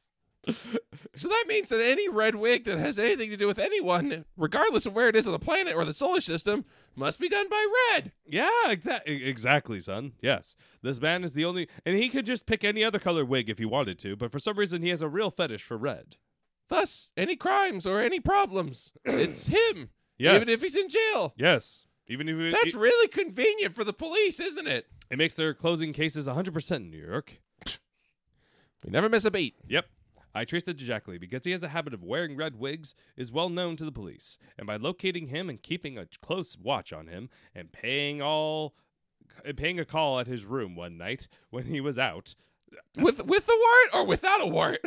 Speaker 2: So that means that any red wig that has anything to do with anyone, regardless of where it is on the planet or the solar system, must be done by red.
Speaker 1: Yeah, exactly, exactly, son. Yes, this man is the only, and he could just pick any other color wig if he wanted to, but for some reason he has a real fetish for red.
Speaker 2: Thus, any crimes or any problems, it's him.
Speaker 1: Yes.
Speaker 2: Even if he's in jail.
Speaker 1: Yes, even if
Speaker 2: That's
Speaker 1: it, e-,
Speaker 2: really convenient for the police, isn't it?
Speaker 1: it makes their closing cases 100% in New York.
Speaker 2: We never miss a beat.
Speaker 1: Yep. I traced it to Jackley because he has a habit of wearing red wigs, is well known to the police, and by locating him and keeping a close watch on him and paying all and paying a call at his room one night when he was out,
Speaker 2: With with the warrant or without a warrant?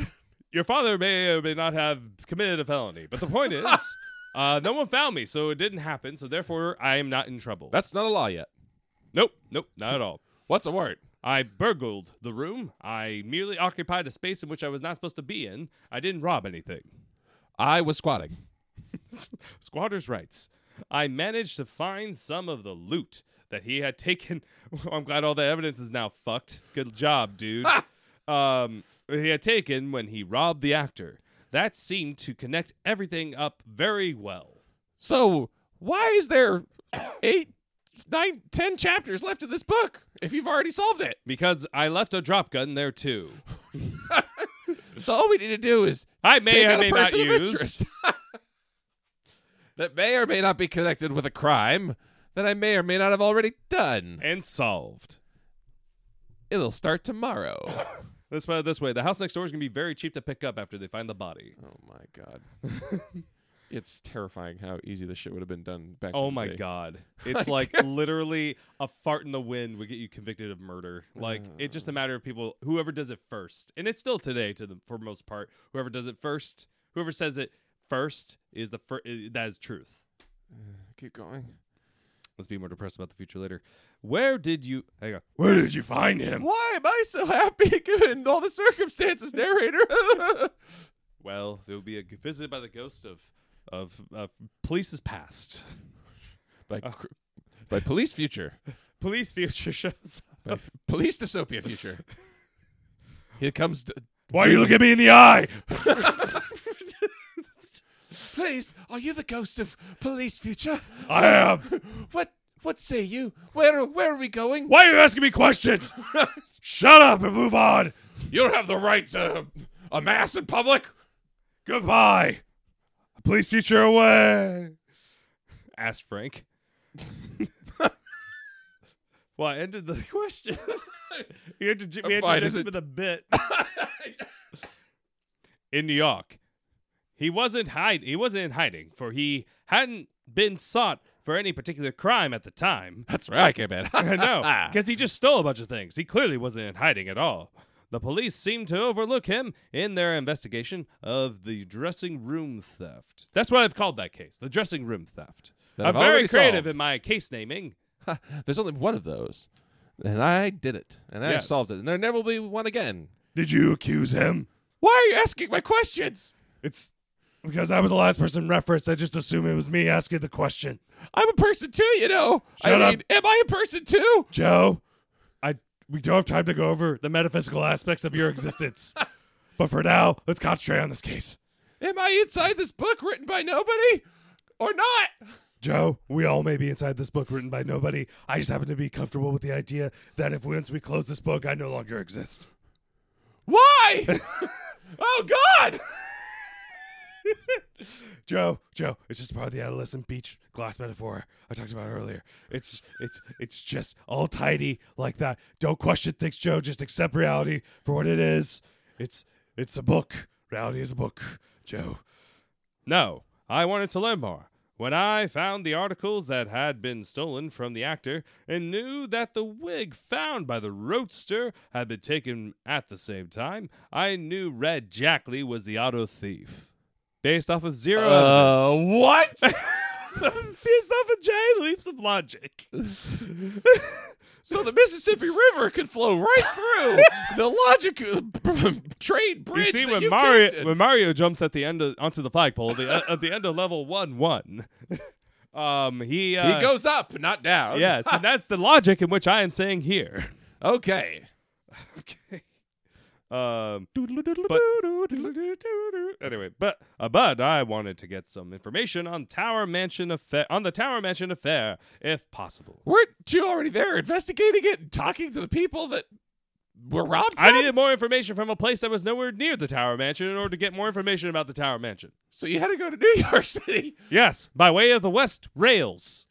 Speaker 1: your father may or may not have committed a felony. But the point is, uh, no one found me, so it didn't happen. So therefore, I am not in trouble.
Speaker 2: That's not a law yet.
Speaker 1: nope, nope, not at all.
Speaker 2: What's a warrant?
Speaker 1: I burgled the room. I merely occupied a space in which I was not supposed to be in. I didn't rob anything.
Speaker 2: I was squatting.
Speaker 1: Squatter's rights. I managed to find some of the loot that he had taken. I'm glad all the evidence is now fucked. Good job, dude. um, he had taken when he robbed the actor. That seemed to connect everything up very well.
Speaker 2: So why is there eight, nine, ten chapters left in this book if you've already solved it?
Speaker 1: Because I left a drop gun there too.
Speaker 2: So all we need to do is
Speaker 1: I may
Speaker 2: take
Speaker 1: or
Speaker 2: out
Speaker 1: may
Speaker 2: a
Speaker 1: not
Speaker 2: person of
Speaker 1: use.
Speaker 2: interest that may or may not be connected with a crime that I may or may not have already done.
Speaker 1: And solved.
Speaker 2: It'll start tomorrow. Oh,
Speaker 1: Let's put it this way: the house next door is gonna be very cheap to pick up after they find the body.
Speaker 2: oh my god. It's terrifying how easy this shit would have been done back.
Speaker 1: Oh
Speaker 2: in the
Speaker 1: my
Speaker 2: day.
Speaker 1: god. It's like literally a fart in the wind would get you convicted of murder. Like it's just a matter of people whoever does it first. And it's still today to the for most part. Whoever does it first, whoever says it first is the first that is truth.
Speaker 2: Keep going.
Speaker 1: Let's be more depressed about the future later. Where did you hang on.
Speaker 4: Where did you find him?
Speaker 2: Why am I so happy given all the circumstances, narrator?
Speaker 1: Well, it will be a, visited by the ghost of of uh, police's past.
Speaker 2: by, cr- by police future.
Speaker 1: Police future shows.
Speaker 2: By f- police dystopia future. Here comes. D-
Speaker 4: Why you look at me in the eye?
Speaker 2: Please, are you the ghost of police future?
Speaker 4: I am.
Speaker 2: What what say you? Where where are we going?
Speaker 4: Why are you asking me questions? Shut up and move on.
Speaker 2: You don't have the right to a mass in public.
Speaker 4: Goodbye. Police future away.
Speaker 1: asked Frank. well, I ended the question. you had to, ju- we had
Speaker 2: Fine,
Speaker 1: to just
Speaker 2: is it-
Speaker 1: with a bit. in New York, he wasn't hide. He wasn't in hiding, for he hadn't been sought for any particular crime at the time.
Speaker 2: That's where I came in.
Speaker 1: no, because he just stole a bunch of things. He clearly wasn't in hiding at all. The police seemed to overlook him in their investigation of the dressing room theft. That's what I've called that case, the dressing room theft.
Speaker 2: That
Speaker 1: I'm
Speaker 2: I've
Speaker 1: very
Speaker 2: already
Speaker 1: creative
Speaker 2: solved.
Speaker 1: in my case naming.
Speaker 2: There's only one of those, and I did it, and I
Speaker 1: Yes.
Speaker 2: solved it, and there never will be one again.
Speaker 4: Did you accuse him?
Speaker 2: Why are you asking my questions?
Speaker 4: It's because I was the last person referenced. I just assumed it was me asking the question.
Speaker 2: I'm a person too, you know.
Speaker 4: Shut
Speaker 2: I
Speaker 4: up.
Speaker 2: mean, am I a person too?
Speaker 4: Joe, I we don't have time to go over the metaphysical aspects of your existence. but for now, let's concentrate on this case.
Speaker 2: Am I inside this book written by nobody, or not?
Speaker 4: Joe, we all may be inside this book written by nobody. I just happen to be comfortable with the idea that if once we close this book, I no longer exist.
Speaker 2: Why? oh God!
Speaker 4: Joe, Joe, it's just part of the adolescent beach glass metaphor I talked about earlier. It's it's it's just all tidy like that. Don't question things, Joe. Just accept reality for what it is. It's it's a book. Reality is a book, Joe.
Speaker 1: No, I wanted to learn more. When I found the articles that had been stolen from the actor and knew that the wig found by the roadster had been taken at the same time, I knew Red Jackley was the auto thief. Based off of zero
Speaker 2: Uh,
Speaker 1: evidence.
Speaker 2: what?
Speaker 1: Based off of giant leaps of logic.
Speaker 2: so the Mississippi River could flow right through the logic of- trade
Speaker 1: You
Speaker 2: bridge.
Speaker 1: see,
Speaker 2: that
Speaker 1: when
Speaker 2: you've
Speaker 1: Mario
Speaker 2: connected.
Speaker 1: when Mario jumps at the end of, onto the flagpole, the, uh, at the end of level one one, um, he uh,
Speaker 2: he goes up, not down.
Speaker 1: Yes, and that's the logic in which I am saying here.
Speaker 2: Okay.
Speaker 1: Okay. Um, but anyway, but uh, but I wanted to get some information on Tower Mansion affair on the Tower Mansion affair, if possible.
Speaker 2: Weren't you already there investigating it and talking to the people that were robbed from?
Speaker 1: I needed more information from a place that was nowhere near the Tower Mansion in order to get more information about the Tower Mansion.
Speaker 2: so you had to go to New York City.
Speaker 1: Yes, by way of the West Rails.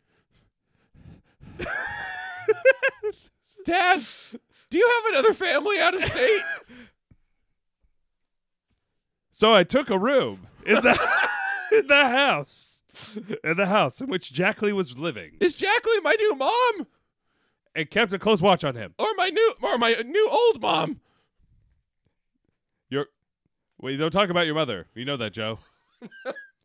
Speaker 2: Dad, do you have another family out of state?
Speaker 1: So I took a room in the in the house, in the house in which Jackley was living,
Speaker 2: Is Jacqueline my new mom
Speaker 1: and kept a close watch on him.
Speaker 2: or my new or my new old mom?
Speaker 1: Your well, you don't talk about your mother. You know that, Joe.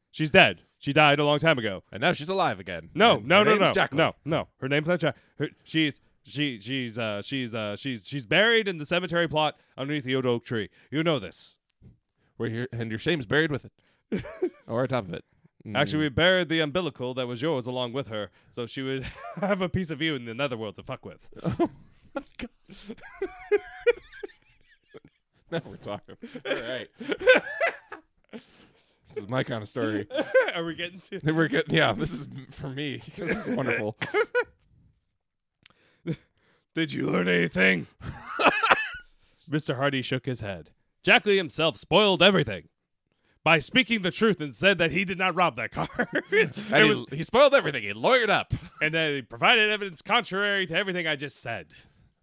Speaker 1: She's dead. She died a long time ago.
Speaker 2: And now she's alive again.
Speaker 1: No,
Speaker 2: And
Speaker 1: no,
Speaker 2: her
Speaker 1: no,
Speaker 2: name's
Speaker 1: no,
Speaker 2: Jacqueline.
Speaker 1: no, no. Her name's not Jack. Her, she's she she's uh she's uh she's she's buried in the cemetery plot underneath the old oak tree. You know this.
Speaker 2: We're here, and your shame's buried with it, or on top of it.
Speaker 1: Actually, we buried the umbilical that was yours along with her, so she would have a piece of you in the netherworld to fuck with.
Speaker 2: Now we're talking. All right. this is my kind of story.
Speaker 1: Are we getting to?
Speaker 2: We're getting, yeah, this is for me. This is wonderful.
Speaker 4: Did you learn anything?
Speaker 1: Mr. Hardy shook his head. Jackley himself spoiled everything by speaking the truth and said that he did not rob that car. It
Speaker 2: And he,
Speaker 1: was-
Speaker 2: he spoiled everything. He lawyered up.
Speaker 1: and that he provided evidence contrary to everything I just said.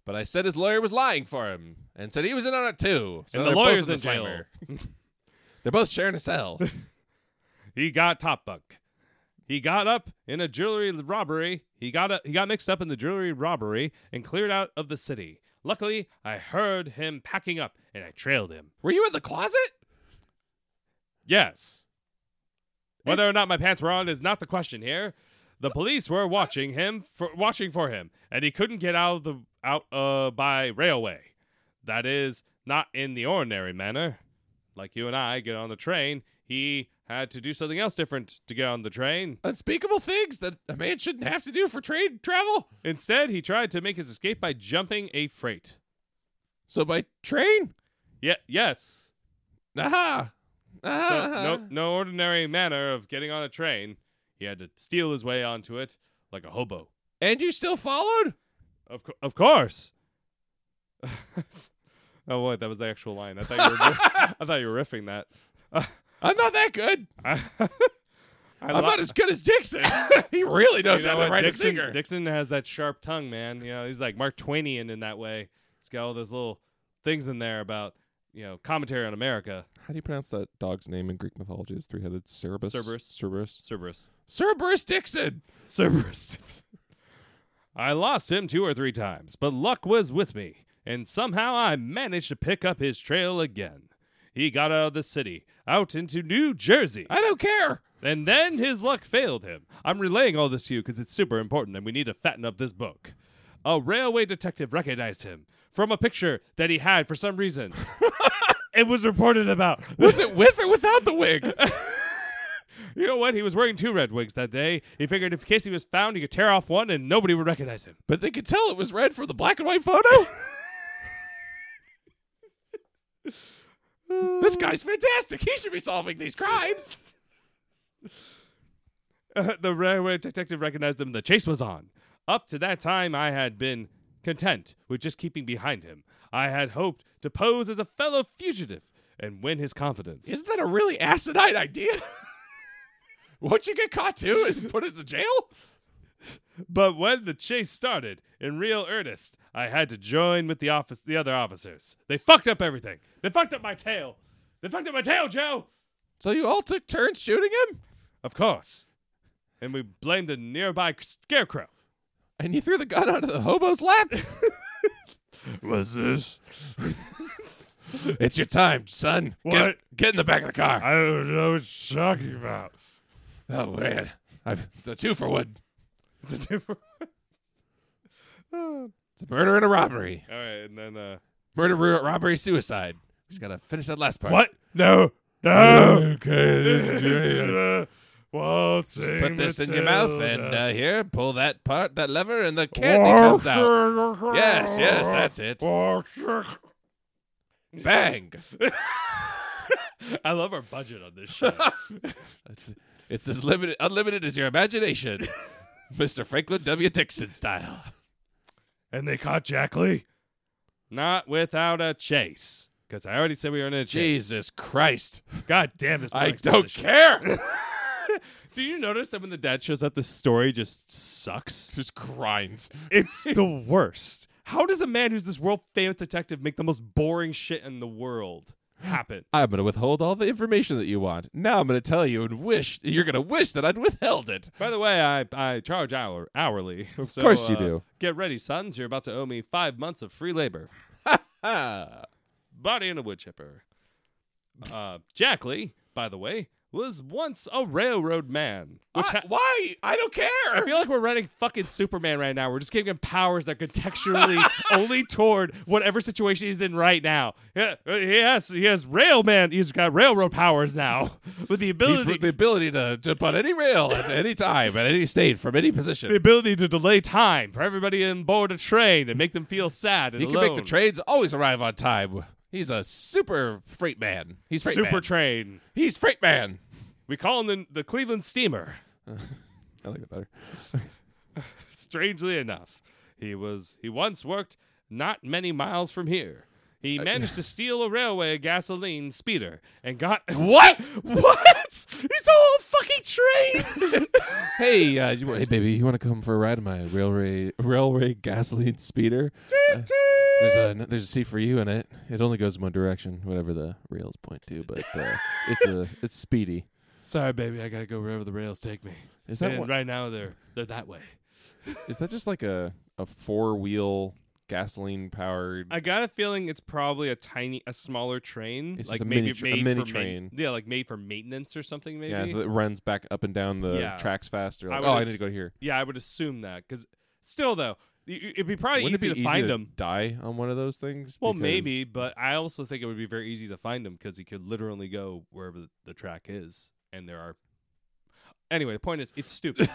Speaker 2: But I said his lawyer was lying for him and said he was in on it too. So
Speaker 1: And the
Speaker 2: they're both
Speaker 1: lawyer's in
Speaker 2: the
Speaker 1: jail.
Speaker 2: slammer. they're both sharing a cell.
Speaker 1: He got top bunk. He got up in a jewelry robbery. He got up, he got mixed up in the jewelry robbery and cleared out of the city. Luckily, I heard him packing up and I trailed him.
Speaker 2: Were you in the closet?
Speaker 1: Yes. Whether or not my pants were on is not the question here. The police were watching him for watching for him, and he couldn't get out of the out uh by railway. That is not in the ordinary manner. Like you and I get on the train, he had to do something else different to get on the train.
Speaker 2: Unspeakable things that a man shouldn't have to do for trade travel.
Speaker 1: Instead, he tried to make his escape by jumping a freight.
Speaker 2: So by train?
Speaker 1: Yeah, yes.
Speaker 2: Aha. Aha.
Speaker 1: So, no, no ordinary manner of getting on a train. He had to steal his way onto it like a hobo.
Speaker 2: And you still followed?
Speaker 1: Of co- of course. oh what? That was the actual line. I thought you were I thought you were riffing that.
Speaker 2: I'm not that good.
Speaker 1: I, I
Speaker 2: I'm
Speaker 1: lo-
Speaker 2: not as good as Dixon. he really knows
Speaker 1: you know
Speaker 2: how to
Speaker 1: what?
Speaker 2: write a
Speaker 1: Dixon,
Speaker 2: singer.
Speaker 1: Dixon has that sharp tongue, man. You know, he's like Mark Twainian in that way. It's got all those little things in there about you know commentary on America.
Speaker 2: How do you pronounce that dog's name in Greek mythology? It's three headed Cerberus.
Speaker 1: Cerberus.
Speaker 2: Cerberus.
Speaker 1: Cerberus.
Speaker 2: Cerberus Dixon.
Speaker 1: Cerberus. I lost him two or three times, but luck was with me, and somehow I managed to pick up his trail again. He got out of the city, out into New Jersey.
Speaker 2: I don't care.
Speaker 1: And then his luck failed him. I'm relaying all this to you because it's super important and we need to fatten up this book. A railway detective recognized him from a picture that he had for some reason. it was reported about.
Speaker 2: Was it with or without the wig?
Speaker 1: You know what? He was wearing two red wigs that day. He figured if in case he was found, he could tear off one and nobody would recognize him.
Speaker 2: But they could tell it was red for the black and white photo. this guy's fantastic. He should be solving these crimes.
Speaker 1: the railway detective recognized him. The chase was on. Up to that time, I had been content with just keeping behind him. I had hoped to pose as a fellow fugitive and win his confidence.
Speaker 2: Isn't that a really asinine idea? Won't you get caught too and put in the jail?
Speaker 1: But when the chase started in real earnest, I had to join with the office, the other officers. They fucked up everything. They fucked up my tail. They fucked up my tail, Joe.
Speaker 2: So you all took turns shooting him?
Speaker 1: Of course. And we blamed a nearby scarecrow.
Speaker 2: And you threw the gun onto the hobo's lap?
Speaker 4: What's this?
Speaker 2: it's your time, son. Get,
Speaker 4: What?
Speaker 2: get in the back of the car.
Speaker 4: I don't know what you're talking about.
Speaker 2: Oh man, I've it's a two for one.
Speaker 4: It's a different.
Speaker 2: It's a murder and a robbery.
Speaker 1: All right, and then uh,
Speaker 2: Murder, ro- robbery, suicide. We just gotta finish that last part.
Speaker 4: What? No. No. Okay. well,
Speaker 2: Put this in your mouth and uh, here, pull that part, that lever, and the candy comes out. Yes, yes, that's it. Bang!
Speaker 1: I love our budget on this show.
Speaker 2: It's, it's as limited, unlimited as your imagination, Mr. Franklin W. Dixon style.
Speaker 4: And they caught Jack Lee.
Speaker 1: Not without a chase, because I already said we were in a chase.
Speaker 2: Jesus Christ!
Speaker 1: God damn this!
Speaker 2: I
Speaker 1: morning's
Speaker 2: don't
Speaker 1: bullshit.
Speaker 2: care.
Speaker 1: Do you notice that when the dad shows up, the story just sucks?
Speaker 2: Just grinds.
Speaker 1: It's the worst. How does a man who's this world famous detective make the most boring shit in the world happen?
Speaker 2: I'm gonna withhold all the information that you want. Now I'm gonna tell you and wish you're gonna wish that I'd withheld it.
Speaker 1: By the way, I, I charge hour, hourly. Of
Speaker 2: course you do.
Speaker 1: Get ready, sons. You're about to owe me five months of free labor.
Speaker 2: Ah,
Speaker 1: Body in a wood chipper. Uh, Jack Lee, by the way, was once a railroad man. Which
Speaker 2: I-
Speaker 1: ha-
Speaker 2: why? I don't
Speaker 1: I
Speaker 2: care.
Speaker 1: feel like we're running fucking Superman right now. We're just giving him powers that contextually only toward whatever situation he's in right now. Yeah, uh, he has he has railman. He's got railroad powers now with the
Speaker 2: He's
Speaker 1: ability
Speaker 2: the ability to, to put any rail at any time, at any state, from any
Speaker 1: the
Speaker 2: position.
Speaker 1: ability to delay time for everybody on board a train and make them feel sad and
Speaker 2: He can make the
Speaker 1: alone.
Speaker 2: trains always arrive on time. He's a super freight man. He's freight
Speaker 1: super
Speaker 2: man.
Speaker 1: train.
Speaker 2: He's freight man.
Speaker 1: We call him the, the Cleveland Steamer.
Speaker 2: I like that better.
Speaker 1: Strangely enough, he was he once worked not many miles from here. He managed to steal a railway gasoline speeder and got
Speaker 2: What?
Speaker 1: What? He's a whole fucking train.
Speaker 2: hey, uh, you, hey, baby, you want to come for a ride in my railway railway gasoline speeder? Uh, there's a there's a seat for you in it. It only goes in one direction, whatever the rails point to, but uh, it's a it's speedy.
Speaker 1: Sorry, baby, I gotta go wherever the rails take me.
Speaker 2: Is that
Speaker 1: And
Speaker 2: one,
Speaker 1: right now they're they're that way.
Speaker 2: is that just like a a four wheel gasoline powered?
Speaker 1: I got a feeling it's probably a tiny, a smaller train,
Speaker 2: It's
Speaker 1: like
Speaker 2: just a
Speaker 1: maybe
Speaker 2: mini tr- a
Speaker 1: made
Speaker 2: mini
Speaker 1: for main-
Speaker 2: train.
Speaker 1: yeah, like made for maintenance or something. Maybe.
Speaker 2: Yeah, so it runs back up and down the
Speaker 1: Yeah.
Speaker 2: tracks faster. Like,
Speaker 1: would
Speaker 2: oh, I
Speaker 1: ass-
Speaker 2: need to go here.
Speaker 1: Yeah, I would assume that because still though, y- y- it'd be probably
Speaker 2: Wouldn't
Speaker 1: easy to
Speaker 2: it be
Speaker 1: find
Speaker 2: easy to
Speaker 1: him.
Speaker 2: die on one of those things?
Speaker 1: Well,
Speaker 2: Because-
Speaker 1: maybe, but I also think it would be very easy to find him because he could literally go wherever the, the track is, and there are. Anyway, the point is, it's stupid.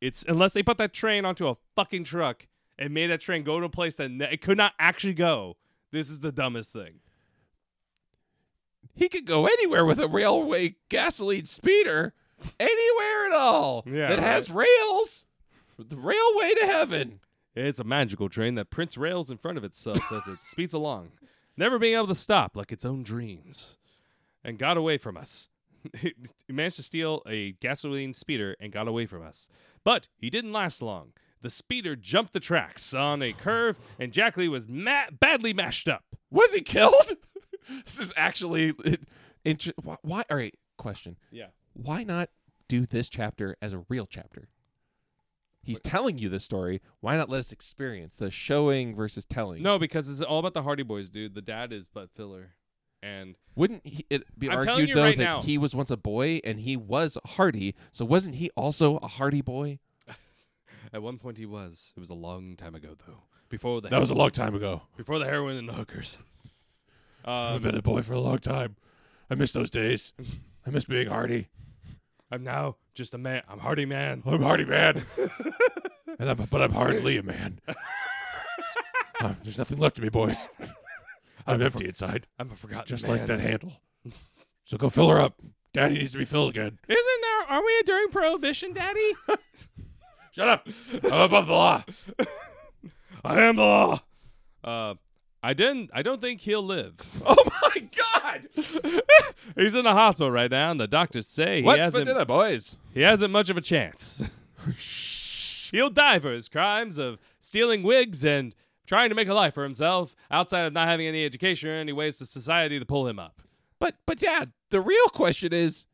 Speaker 1: it's unless they put that train onto a fucking truck and made that train go to a place that ne- it could not actually go. This is the dumbest thing.
Speaker 2: he could go anywhere with a railway gasoline speeder, anywhere at all
Speaker 1: Yeah, right.
Speaker 2: that has rails. The railway to heaven.
Speaker 1: It's a magical train that prints rails in front of itself as it speeds along, never being able to stop like its own dreams, and got away from us. he managed to steal a gasoline speeder and got away from us. But he didn't last long. The speeder jumped the tracks on a curve, and Jack Lee was ma- badly mashed up.
Speaker 2: Was he killed? this is actually int- why, why? All right, question.
Speaker 1: Yeah.
Speaker 2: Why not do this chapter as a real chapter? He's telling you this story. Why not let us experience the showing versus telling?
Speaker 1: No, because it's all about the Hardy Boys, dude. The dad is but filler. And
Speaker 2: Wouldn't he, it be
Speaker 1: I'm telling
Speaker 2: argued
Speaker 1: you
Speaker 2: though
Speaker 1: right
Speaker 2: that
Speaker 1: now-
Speaker 2: he was once a boy and he was hardy? So wasn't he also a hardy boy?
Speaker 1: at one point he was. It was a long time ago, though. Before the
Speaker 2: a long time ago.
Speaker 1: before the heroin and the hookers. Um,
Speaker 2: been a boy for a long time. I miss those days. I miss being hardy.
Speaker 1: I'm now just a man. I'm Hardy Man.
Speaker 2: I'm hardy man, and I'm, but I'm hardly a man. Um, there's nothing left of me, boys. I'm empty inside,
Speaker 1: I'm a forgotten
Speaker 2: just
Speaker 1: man.
Speaker 2: like that handle. So go fill her up. Daddy needs to be filled again.
Speaker 1: Isn't there? Are we during Prohibition, Daddy?
Speaker 2: Shut up. I'm above the law.
Speaker 1: I am the law. Uh, I didn't. I don't think he'll live.
Speaker 2: Oh my god!
Speaker 1: He's in the hospital right now, and the doctors say he
Speaker 2: What's for
Speaker 1: hasn't.
Speaker 2: dinner, boys?
Speaker 1: He hasn't much of a chance. He'll die for his crimes of stealing wigs and trying to make a life for himself outside of not having any education or any ways to society to pull him up.
Speaker 2: But but Dad, the real question is,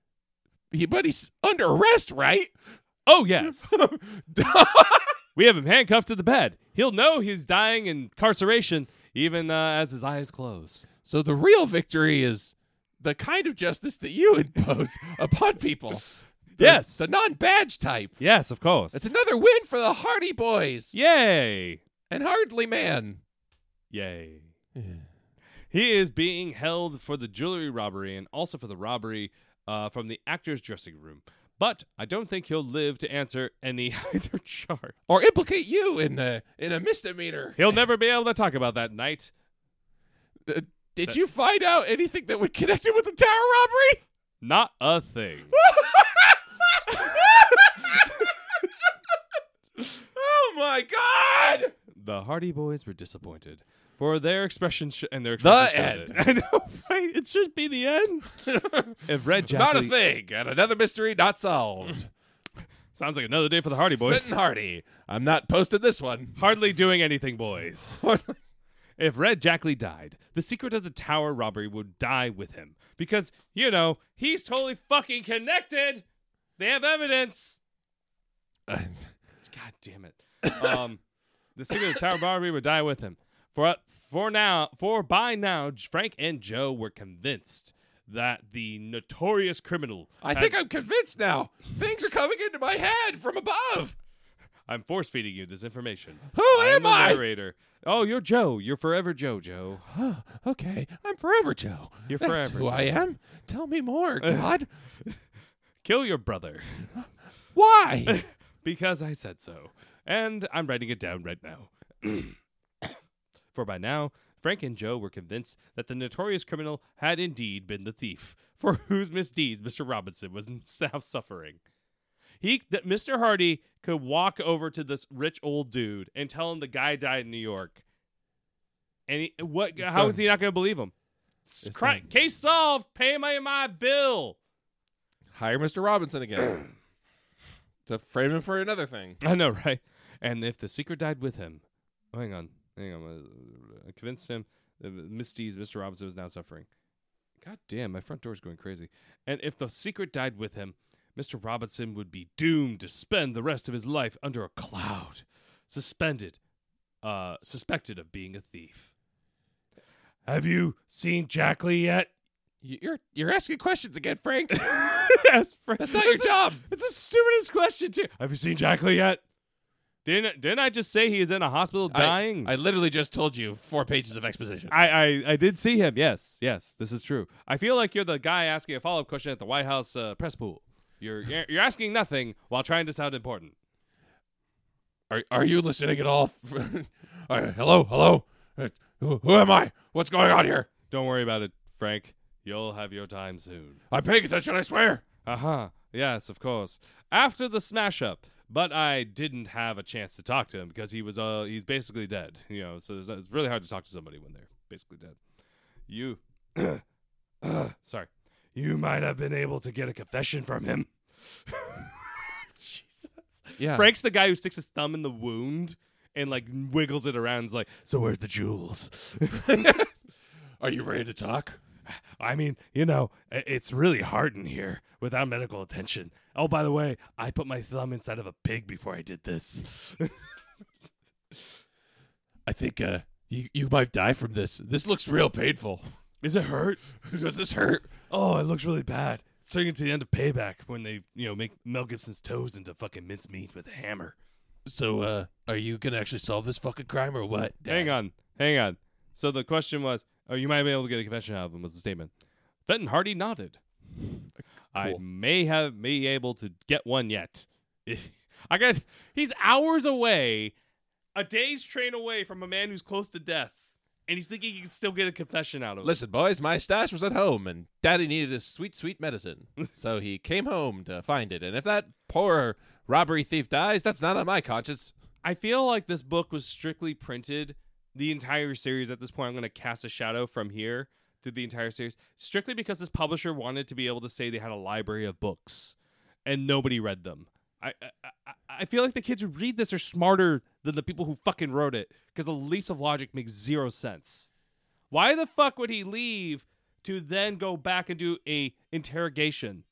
Speaker 2: he but he's under arrest, right?
Speaker 1: Oh, yes. we have him handcuffed to the bed. He'll know he's dying in incarceration even uh, as his eyes close.
Speaker 2: So the real victory is the kind of justice that you impose upon people. The-
Speaker 1: Yes.
Speaker 2: the non-badge type.
Speaker 1: Yes, of course.
Speaker 2: It's another win for the Hardy Boys
Speaker 1: Yay.
Speaker 2: and Hardly Man.
Speaker 1: Yay. he is being held for the jewelry robbery and also for the robbery uh, from the actor's dressing room. But I don't think he'll live to answer any either charge.
Speaker 2: or implicate you in a in a misdemeanor.
Speaker 1: He'll never be able to talk about that night.
Speaker 2: Uh, did you find out anything that would connect him with the tower robbery?
Speaker 1: Not a thing.
Speaker 2: Oh my god!
Speaker 1: the Hardy Boys were disappointed for their expression sh- and their
Speaker 2: The
Speaker 1: expression showed it. I know, right? It should be the end. if Red
Speaker 2: Not
Speaker 1: Jack
Speaker 2: a thing, and another mystery not solved.
Speaker 1: sounds like another day for the Hardy Boys.
Speaker 2: Fenton Hardy, I'm not posting this one.
Speaker 1: Hardly doing anything, boys. if Red Jackley died, the secret of the tower robbery would die with him. Because, you know, he's totally fucking connected. They have evidence. God damn it. Um, the secret of the tower robbery would die with him. For uh, for now, for by now, Frank and Joe were convinced that the notorious criminal.
Speaker 2: I
Speaker 1: had-
Speaker 2: think I'm convinced now. Things are coming into my head from above.
Speaker 1: I'm force feeding you this information.
Speaker 2: Who am
Speaker 1: the
Speaker 2: I?
Speaker 1: Narrator. Oh, you're Joe. You're forever Joe. Joe.
Speaker 2: Oh, okay. I'm forever Joe.
Speaker 1: You're
Speaker 2: That's
Speaker 1: forever
Speaker 2: who I am. Tell me more, God.
Speaker 1: Kill your brother.
Speaker 2: Why?
Speaker 1: because I said so. And I'm writing it down right now. For by now, Frank and Joe were convinced that the notorious criminal had indeed been the thief, for whose misdeeds Mr. Robinson was now suffering. He that Mr. Hardy could walk over to this rich old dude and tell him the guy died in New York. And he, what? How is
Speaker 2: done.
Speaker 1: he not going to believe him? Cri- case solved. Pay my my bill.
Speaker 2: Hire Mr. Robinson again to frame him for another thing.
Speaker 1: I know, right? And if the secret died with him, oh, hang on, hang on, uh, I convinced him. Uh, Misty's Mr. Robinson was now suffering. God damn, my front door's going crazy. And if the secret died with him, Mr. Robinson would be doomed to spend the rest of his life under a cloud, suspended, uh, suspected of being a thief. Have you seen Jackley yet?
Speaker 2: You- You're you're asking questions again, Frank.
Speaker 1: yes, Frank.
Speaker 2: That's not your
Speaker 1: It's the-
Speaker 2: job.
Speaker 1: It's the stupidest question too. Have you seen Jackley yet? Didn't didn't I just say he is in a hospital dying?
Speaker 2: I, I literally just told you four pages of exposition.
Speaker 1: Hmm. I, I I did see him. Yes, yes, this is true. I feel like you're the guy asking a follow up question at the White House uh, press pool. You're, you're you're asking nothing while trying to sound important.
Speaker 2: Are are you listening at all? all right, hello, hello. Uh, Who, who am I? What's going on here?
Speaker 1: Don't worry about it, Frank. You'll have your time soon.
Speaker 2: I'm paying attention. I swear.
Speaker 1: Uh huh. Yes, of course. After the smash up, but I didn't have a chance to talk to him because he was uh he's basically dead. You know, so it's, it's really hard to talk to somebody when they're basically dead. You, sorry,
Speaker 4: You might have been able to get a confession from him.
Speaker 2: Yeah,
Speaker 1: Frank's the guy who sticks his thumb in the wound and like wiggles it around. Is like,
Speaker 4: So where's the jewels?
Speaker 2: Are you ready to talk?
Speaker 4: I mean, you know, i- it's really hard in here without medical attention. Oh, by the way, I put my thumb inside of a pig before I did this.
Speaker 2: I think uh, you you might die from this. This looks real painful.
Speaker 4: Is it hurt?
Speaker 2: Does this hurt?
Speaker 4: Oh, it looks really bad. It's turning to the end of payback when they, you know, make Mel Gibson's toes into fucking mincemeat with a hammer.
Speaker 2: So, uh, are you gonna actually solve this fucking crime or what?
Speaker 1: hang on, hang on. So the question was, oh, you might be able to get a confession out of him. Was the statement? Fenton Hardy nodded. I
Speaker 2: Cool.
Speaker 1: may have be able to get one yet. I got. He's hours away, a day's train away from a man who's close to death, and he's thinking he can still get a confession out of him.
Speaker 2: Listen, boys, my stash was at home, and Daddy needed his sweet, sweet medicine. so he came home to find it. And if that poor robbery thief dies, that's not on my conscience.
Speaker 1: I feel like this book was strictly printed the entire series at this point. I'm going to cast a shadow from here through the entire series, strictly because this publisher wanted to be able to say they had a library of books, and nobody read them. I I, I- I feel like the kids who read this are smarter than the people who fucking wrote it, because the leaps of logic make zero sense. Why the fuck would he leave to then go back and do a interrogation?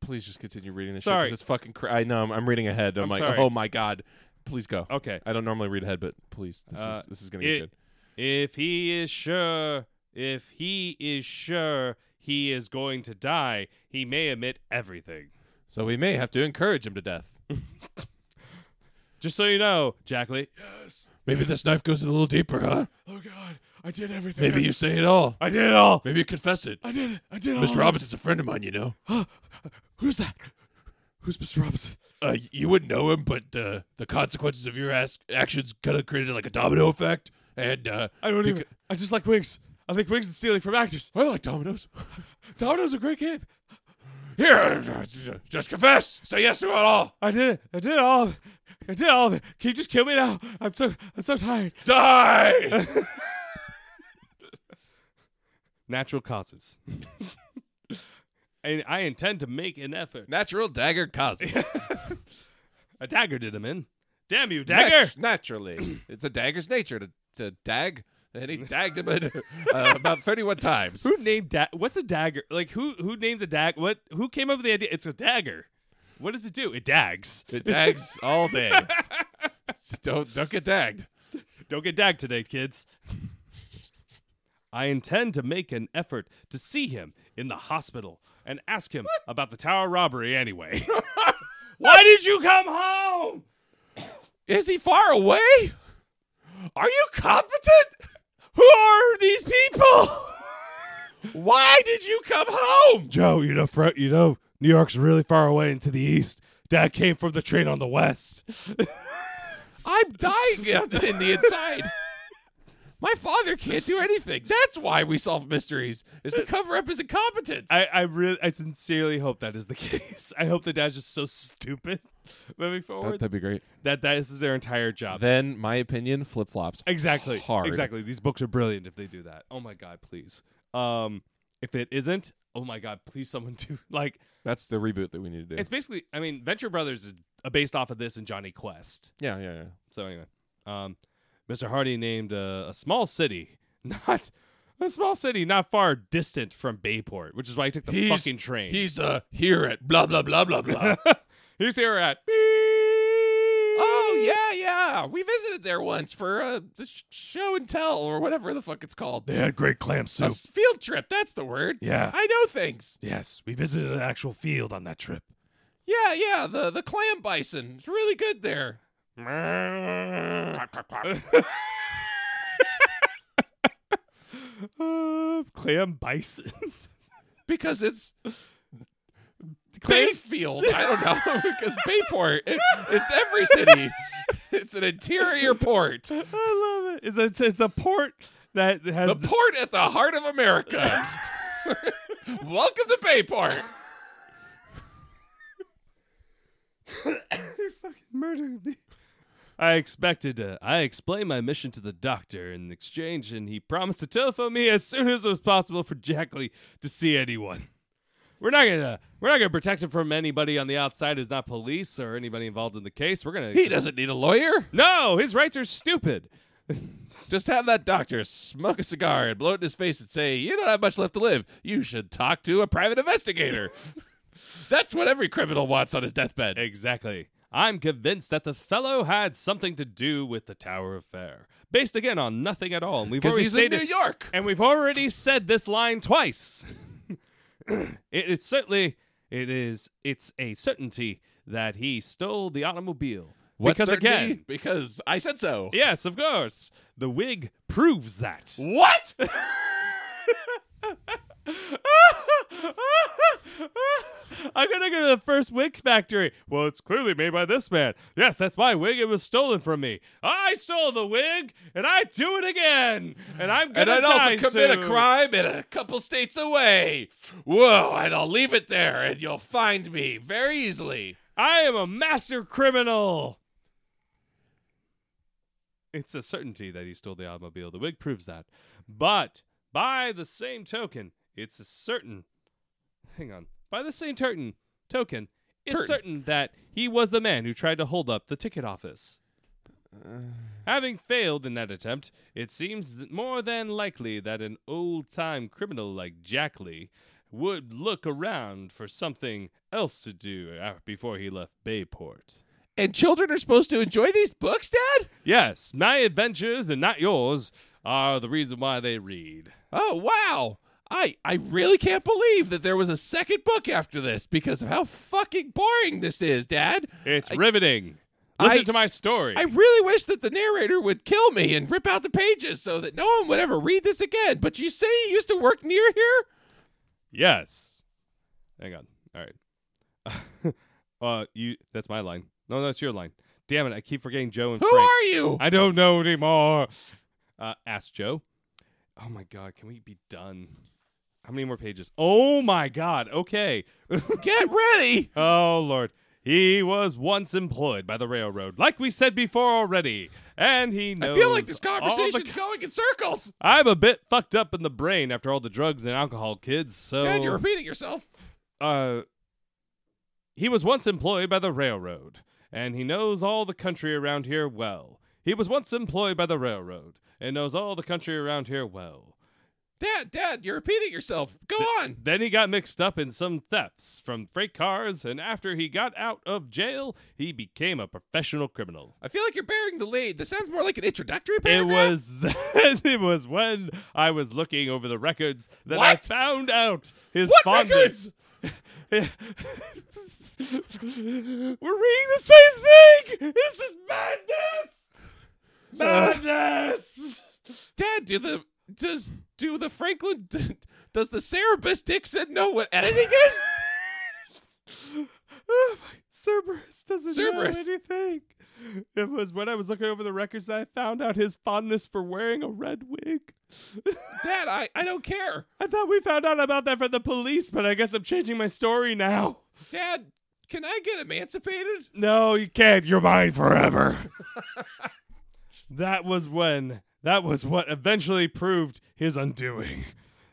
Speaker 2: Please just continue reading this.
Speaker 1: Sorry.
Speaker 2: shit, 'cause it's fucking. Cra- I know. I'm, I'm reading ahead. I'm, Oh.
Speaker 1: I'm
Speaker 2: like,
Speaker 1: sorry.
Speaker 2: oh my god. Please go.
Speaker 1: Okay.
Speaker 2: I don't normally read ahead, but please, this
Speaker 1: Uh,
Speaker 2: is this is gonna get
Speaker 1: it-
Speaker 2: good.
Speaker 1: If he is sure, if he is sure he is going to die, he may admit everything.
Speaker 2: So we may have to encourage him to death.
Speaker 1: Just so you know, Jackley.
Speaker 4: Yes.
Speaker 2: Maybe this knife goes a little deeper, huh?
Speaker 4: Oh God, I did everything.
Speaker 2: Maybe you say it all.
Speaker 4: I did it all.
Speaker 2: Maybe you confess it.
Speaker 4: I did. it. I did it all.
Speaker 2: Mr. Robinson's a friend of mine, you know.
Speaker 4: Who's that? Who's Mr. Robinson?
Speaker 2: Uh, you wouldn't know him, but uh, the consequences of your ass- actions kind of created like a domino effect. And uh,
Speaker 4: I don't
Speaker 2: beca-
Speaker 4: even. I just like wings. I like wings and stealing from actors.
Speaker 2: I like dominoes.
Speaker 4: Domino's a great game.
Speaker 2: Here, just confess. Say yes to it all.
Speaker 4: I did it. I did it all. I did all. of it. Can you just kill me now? I'm so. I'm so tired.
Speaker 2: Die.
Speaker 1: Natural causes. and I intend to make an effort.
Speaker 2: Natural dagger causes.
Speaker 1: A dagger did him in. Damn you, dagger!
Speaker 2: naturally, it's a dagger's nature to, to dag. And he dagged him in, uh, about 31 times.
Speaker 1: Who named da- what's a dagger? Like who who named the dag what who came up with the idea? It's a dagger. What does it do? It dags.
Speaker 2: It dags all day. Just don't don't get dagged.
Speaker 1: Don't get dagged today, kids. I intend to make an effort to see him in the hospital and ask him about the tower robbery anyway. Why did you come home?
Speaker 2: Is he far away? Are you competent? Who are these people? Why did you come home?
Speaker 4: Joe, you know, Fro- you know, New York's really far away and to the east. Dad came from the train on the west.
Speaker 2: I'm dying out in the inside. My father can't do anything. That's why we solve mysteries, is to cover up his incompetence.
Speaker 1: I, I really I sincerely hope that is the case. I hope the dad's just so stupid moving forward
Speaker 2: be great.
Speaker 1: that that is their entire job.
Speaker 2: Then my opinion flip flops.
Speaker 1: Exactly.
Speaker 2: hard.
Speaker 1: Exactly. These books are brilliant if they do that. Oh my god, please. Um if it isn't, oh my god, please someone do like
Speaker 2: That's the reboot that we need to do.
Speaker 1: It's basically, I mean, Venture Brothers is uh, based off of this and Johnny Quest.
Speaker 2: yeah, yeah, yeah.
Speaker 1: So anyway, um, Mr. Hardy named uh, a small city, not a small city, not far distant from Bayport, which is why he took the fucking train.
Speaker 2: He's uh here at blah blah blah blah
Speaker 4: uh,
Speaker 2: blah.
Speaker 1: He's here at.
Speaker 2: Oh yeah, yeah. We visited there once for a sh- show and tell or whatever the fuck it's called.
Speaker 4: They had great clam
Speaker 2: A
Speaker 4: soup.
Speaker 2: s- field trip. That's the word.
Speaker 4: Yeah.
Speaker 2: I know things.
Speaker 4: yes, we visited an actual field on that trip.
Speaker 2: Yeah, yeah. The the clam bison. It's really good there.
Speaker 1: Uh, clam bison.
Speaker 2: because it's
Speaker 1: Clam-
Speaker 2: Bayfield. I don't know because Bayport. It, it's every city. It's an interior port.
Speaker 1: I love it. It's a, it's, it's a port that has
Speaker 2: The port at the heart of America. Welcome to Bayport.
Speaker 1: murdered me. I expected to. I explained my mission to the doctor in exchange, and he promised to telephone me as soon as it was possible for Jackley to see anyone. We're not gonna. We're not gonna protect him from anybody on the outside. Is not police or anybody involved in the case. We're gonna.
Speaker 2: He doesn't need a lawyer.
Speaker 1: No, his rights are stupid.
Speaker 2: Just have that doctor smoke a cigar and blow it in his face and say, You don't have much left to live. You should talk to a private investigator. That's what every criminal wants on his deathbed.
Speaker 1: Exactly. I'm convinced that the fellow had something to do with the Tower affair, based again on nothing at all. And we've
Speaker 2: Because
Speaker 1: already
Speaker 2: he's in
Speaker 1: stated
Speaker 2: New York.
Speaker 1: And we've already said this line twice. it is certainly it is it's a certainty that he stole the automobile.
Speaker 2: What
Speaker 1: because
Speaker 2: certainty?
Speaker 1: again,
Speaker 2: Because I said so.
Speaker 1: yes, of course, the wig proves that.
Speaker 2: What?
Speaker 1: I'm gonna go to the first wig factory. Well, it's clearly made by this man. Yes, that's my wig. It was stolen from me. I stole the wig, and I do it again. And I'm
Speaker 2: And
Speaker 1: gonna
Speaker 2: I'd
Speaker 1: die
Speaker 2: also commit
Speaker 1: soon.
Speaker 2: a crime in a couple states away. Whoa, and I'll leave it there and you'll find me very easily.
Speaker 1: I am a master criminal. It's a certainty that he stole the automobile. The wig proves that. But by the same token, it's a certain. Hang on. By the same turton, token, it's
Speaker 2: Turton.
Speaker 1: certain that he was the man who tried to hold up the ticket office. Having failed in that attempt, it seems th- more than likely that an old time criminal like Jack Lee would look around for something else to do uh, before he left Bayport.
Speaker 2: And children are supposed to enjoy these books, Dad?
Speaker 1: Yes, my adventures and not yours are the reason why they read.
Speaker 2: Oh wow. I I really can't believe that there was a second book after this because of how fucking boring this is, Dad.
Speaker 1: It's
Speaker 2: I-
Speaker 1: riveting. Listen
Speaker 2: I-
Speaker 1: to my story.
Speaker 2: I really wish that the narrator would kill me and rip out the pages so that no one would ever read this again. But you say you used to work near here?
Speaker 1: yes. Hang on. All right. uh, you. That's my line. No, that's your line. Damn it! I keep forgetting Joe and
Speaker 2: Who
Speaker 1: Frank.
Speaker 2: are you?
Speaker 1: I don't know anymore. Uh, ask Joe. Oh my God! Can we be done? How many more pages? Oh my God! Okay.
Speaker 2: Get ready.
Speaker 1: Oh, Lord. He was once employed by the railroad, like we said before already. And he
Speaker 2: I
Speaker 1: knows.
Speaker 2: feel like this
Speaker 1: all the
Speaker 2: conversation's
Speaker 1: co-
Speaker 2: going in circles.
Speaker 1: I'm a bit fucked up in the brain after all the drugs and alcohol, kids. So.
Speaker 2: Dad, you're repeating yourself.
Speaker 1: uh, he was once employed by the railroad, and he knows all the country around here well. He was once employed by the railroad and knows all the country around here well.
Speaker 2: Dad, Dad, you're repeating yourself. Go on.
Speaker 1: Then he got mixed up in some thefts from freight cars, and after he got out of jail, he became a professional criminal.
Speaker 2: I feel like you're bearing the lead. This sounds more like an introductory
Speaker 1: It
Speaker 2: paragraph.
Speaker 1: was then, it was when I was looking over the records that I
Speaker 2: What?
Speaker 1: found out his
Speaker 2: What
Speaker 1: fondness. We're reading the same thing. This is madness. Madness.
Speaker 2: Dad, do the does do the Franklin does the Cerebus Dixon know what editing is?
Speaker 1: Oh, my- Cerberus doesn't
Speaker 2: Cerberus.
Speaker 1: know anything. It was when I was looking over the records that I found out his fondness for wearing a red wig.
Speaker 2: Dad, I, I don't care.
Speaker 1: I thought we found out about that from the police, but I guess I'm changing my story now.
Speaker 2: Dad, can I get emancipated?
Speaker 1: No, you can't. You're mine forever. that was when, that was what eventually proved his undoing.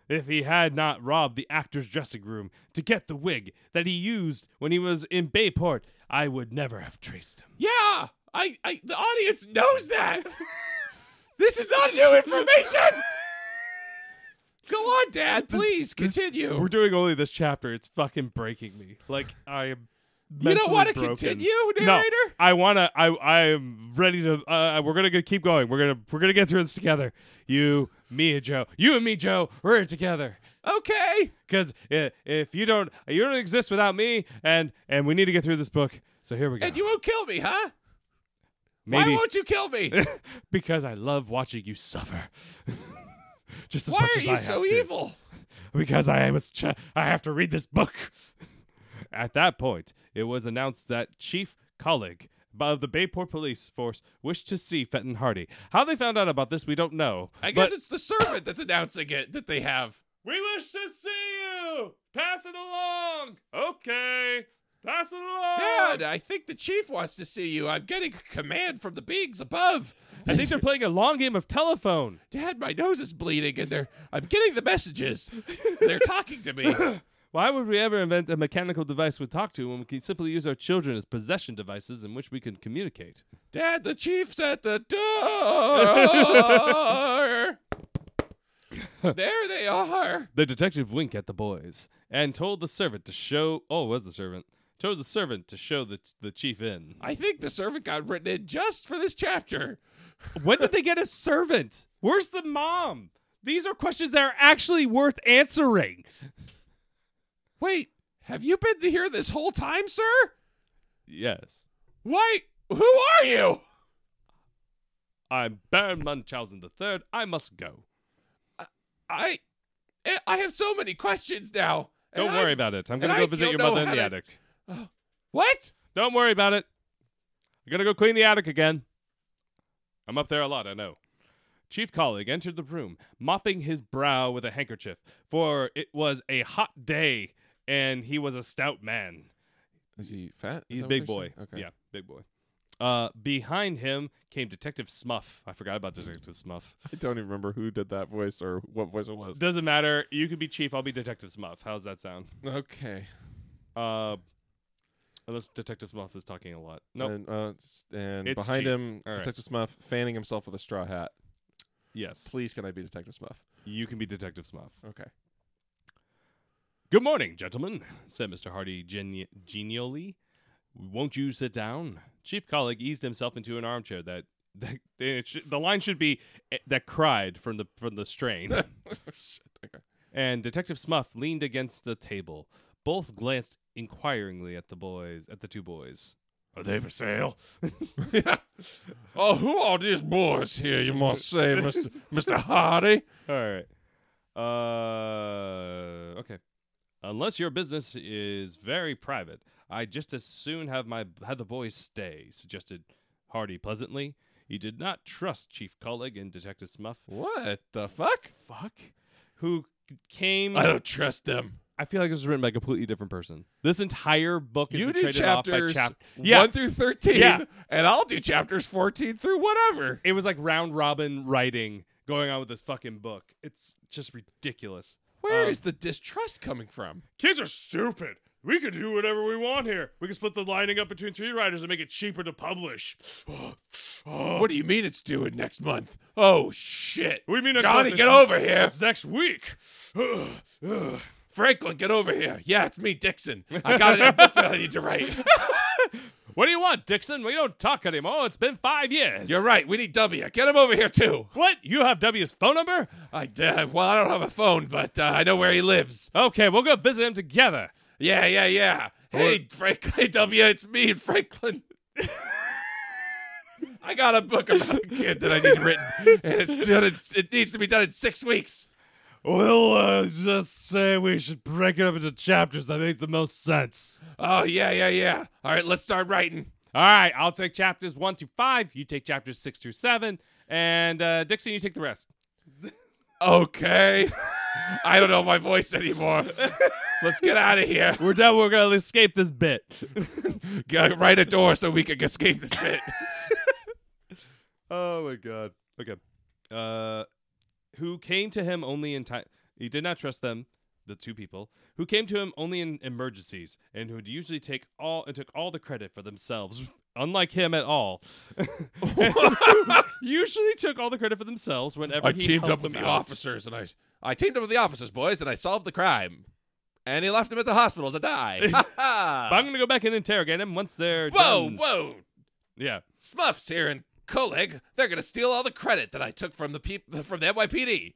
Speaker 1: If he had not robbed the actor's dressing room to get the wig that he used when he was in Bayport, I would never have traced him.
Speaker 2: Yeah, I, I the audience knows that. this is not new information. Go on, Dad. Please continue.
Speaker 1: We're doing only this chapter. It's fucking breaking me. Like I am.
Speaker 2: you don't
Speaker 1: want
Speaker 2: want to continue,
Speaker 1: No,
Speaker 2: narrator.
Speaker 1: I wanna. I I am ready to. Uh, we're gonna go- keep going. We're gonna we're gonna get through this together. You, me, and Joe. You and me, Joe. We're in it together.
Speaker 2: Okay.
Speaker 1: Because if you don't, you don't exist without me, and and we need to get through this book. So here we go.
Speaker 2: And you won't kill me, huh?
Speaker 1: Maybe
Speaker 2: Why won't you kill me?
Speaker 1: because I love watching you suffer. Just as
Speaker 2: Why
Speaker 1: much
Speaker 2: are
Speaker 1: as
Speaker 2: you
Speaker 1: I
Speaker 2: so
Speaker 1: have to.
Speaker 2: evil?
Speaker 1: because I was ch- I have to read this book. At that point, it was announced that Chief Colleague of the Bayport Police Force wished to see Fenton Hardy. How they found out about this, we don't know.
Speaker 2: I guess
Speaker 1: but-
Speaker 2: it's the servant that's announcing it that they have.
Speaker 1: we wish to see you. Pass it along. Okay, pass it along.
Speaker 2: Dad, I think the chief wants to see you. I'm getting a command from the beings above.
Speaker 1: I think they're playing a long game of telephone.
Speaker 2: Dad, my nose is bleeding, and they're I'm getting the messages. They're talking to me.
Speaker 1: Why would we ever invent a mechanical device we talk to when we can simply use our children as possession devices in which we can communicate?
Speaker 2: Dad, the chief's at the door. there they are.
Speaker 1: The detective winked at the boys and told the servant to show. Oh, it was the servant. Told the servant to show the, the chief in.
Speaker 2: I think the servant got written in just for this chapter.
Speaker 1: when did they get a servant? Where's the mom? These are questions that are actually worth answering.
Speaker 2: Wait, have you been here this whole time, sir?
Speaker 1: Yes.
Speaker 2: Why? Who are you?
Speaker 1: I'm Baron Munchausen III. I must go.
Speaker 2: I I have so many questions now. and
Speaker 1: Don't
Speaker 2: I'm-
Speaker 1: worry about it. I'm going
Speaker 2: and
Speaker 1: to go
Speaker 2: I
Speaker 1: visit
Speaker 2: don't
Speaker 1: your
Speaker 2: know
Speaker 1: mother in
Speaker 2: how
Speaker 1: the
Speaker 2: to-
Speaker 1: attic.
Speaker 2: What?
Speaker 1: Don't worry about it. I'm going to go clean the attic again. I'm up there a lot, I know. Chief Colleague entered the room, mopping his brow with a handkerchief, for it was a hot day and he was a stout man.
Speaker 2: Is he fat?
Speaker 1: He's a big boy. Yeah, big boy. Uh, behind him came Detective Smuff. I forgot about Detective Smuff.
Speaker 2: I don't even remember who did that voice or what voice it was.
Speaker 1: Doesn't matter. You could be Chief. I'll be Detective Smuff. How's that sound?
Speaker 2: Okay.
Speaker 1: Uh, unless Detective Smuff is talking a lot. No.
Speaker 2: And, uh, s- and
Speaker 1: It's
Speaker 2: behind
Speaker 1: Chief.
Speaker 2: him,
Speaker 1: All right.
Speaker 2: Detective Smuff fanning himself with a straw hat.
Speaker 1: yes.
Speaker 2: Please, can I be Detective Smuff?
Speaker 1: You can be Detective Smuff.
Speaker 2: Okay.
Speaker 1: Good morning, gentlemen, said Mr. Hardy genu- genially. Won't you sit down? Chief Colleague eased himself into an armchair that. that it sh- the line should be eh, that cried from the from the strain.
Speaker 2: Oh, Shit. Okay.
Speaker 1: and Detective Smuff leaned against the table. Both glanced inquiringly at the boys, at the two boys.
Speaker 4: Are they for sale?
Speaker 2: Oh, who are these boys here? You must say, Mister Mister Hardy.
Speaker 1: All right. Uh, okay. Unless your business is very private, I just as soon have my have the boys stay," suggested Hardy pleasantly. He did not trust Chief Colleague and Detective Smuff.
Speaker 2: What the fuck?
Speaker 1: Fuck. Who came?
Speaker 2: I don't trust them.
Speaker 1: I feel like this was written by a completely different person. This entire book is
Speaker 2: you do
Speaker 1: traded off by
Speaker 2: chapters
Speaker 1: chap. Yeah,
Speaker 2: one through thirteen,
Speaker 1: Yeah.
Speaker 2: and I'll do chapters fourteen through whatever.
Speaker 1: it was like round robin writing going on with this fucking book. It's just ridiculous.
Speaker 2: Where is
Speaker 1: Um,
Speaker 2: the distrust coming from?
Speaker 1: Kids are stupid. We can do whatever we want here. We can split the lining up between three writers and make it cheaper to publish.
Speaker 2: What do you mean it's due in next month? Oh shit!
Speaker 1: We mean next
Speaker 2: Johnny,
Speaker 1: month
Speaker 2: get
Speaker 1: it's-
Speaker 2: over here.
Speaker 1: It's next week.
Speaker 2: Ugh, ugh. Franklin, get over here. Yeah, it's me, Dixon. I got it. book that I need to write.
Speaker 1: What do you want, Dixon? We don't talk anymore. It's been five years.
Speaker 2: You're right. We need W. Get him over here too.
Speaker 1: What? You have W's phone number?
Speaker 2: I uh, well, I don't have a phone, but uh, I know where he lives.
Speaker 1: Okay, we'll go visit him together.
Speaker 2: Yeah, yeah, yeah. Hey, Frank. Hey, W. It's me, Franklin. I got a book about a kid that I need written, and it's done. in- It needs to be done in six weeks.
Speaker 4: We'll uh, just say we should break it up into chapters. That makes the most sense.
Speaker 2: Oh yeah, yeah, yeah. All right, let's start writing.
Speaker 1: All right, I'll take chapters one through five. You take chapters six through seven. And uh, Dixon, you take the rest.
Speaker 2: Okay. I don't know my voice anymore. Let's get out of here.
Speaker 1: We're done. We're going to escape this bit.
Speaker 2: G- Write a door so we can escape this bit.
Speaker 1: Oh my god. Okay. Uh who came to him only in time he did not trust them, the two people, who came to him only in emergencies and who'd usually take all and took all the credit for themselves. Unlike him at all. usually took all the credit for themselves whenever
Speaker 2: I
Speaker 1: he
Speaker 2: teamed
Speaker 1: helped
Speaker 2: up with
Speaker 1: them
Speaker 2: the
Speaker 1: out.
Speaker 2: officers and I I teamed up with the officers, boys, and I solved the crime. And he left him at the hospital to die. Ha ha.
Speaker 1: But I'm gonna go back and interrogate him once they're
Speaker 2: whoa,
Speaker 1: done.
Speaker 2: whoa.
Speaker 1: Yeah.
Speaker 2: Smuffs here and Koleg, they're gonna steal all the credit that I took from the peop- from the NYPD.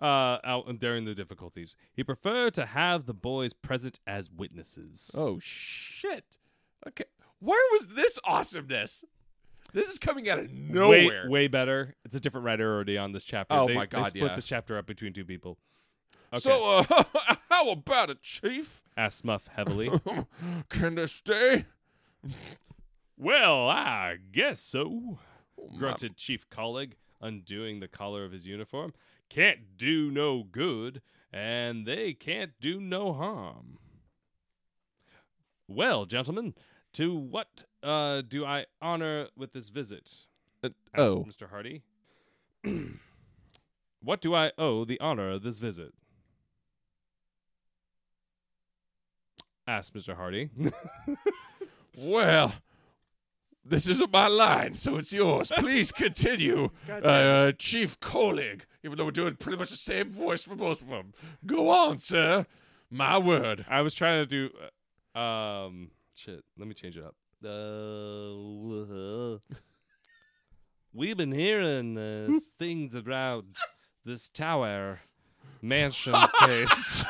Speaker 1: Uh out during the difficulties. He preferred to have the boys present as witnesses.
Speaker 2: Oh shit. Okay. Where was this awesomeness? This is coming out of nowhere.
Speaker 1: Way, way better. It's a different writer already on this chapter.
Speaker 2: Oh
Speaker 1: they,
Speaker 2: my God,
Speaker 1: They split
Speaker 2: yeah.
Speaker 1: the chapter up between two people. Okay.
Speaker 2: So, uh, how about it, Chief?
Speaker 1: asked Smuff heavily.
Speaker 2: Can they stay?
Speaker 1: well, I guess so. Grunted Chief Colleague, undoing the collar of his uniform. Can't do no good, and they can't do no harm. Well, gentlemen, to what uh, do I honor with this visit? asked
Speaker 2: oh,
Speaker 1: Mr. Hardy. what do I owe the honor of this visit? asked Mr. Hardy.
Speaker 2: well, this isn't my line, so it's yours. Please continue, uh, uh, Chief Colleague, even though we're doing pretty much the same voice for both of them. Go on, sir. My word.
Speaker 1: I was trying to do um shit, let me change it up. Uh, we've been hearing uh, things about this tower mansion case.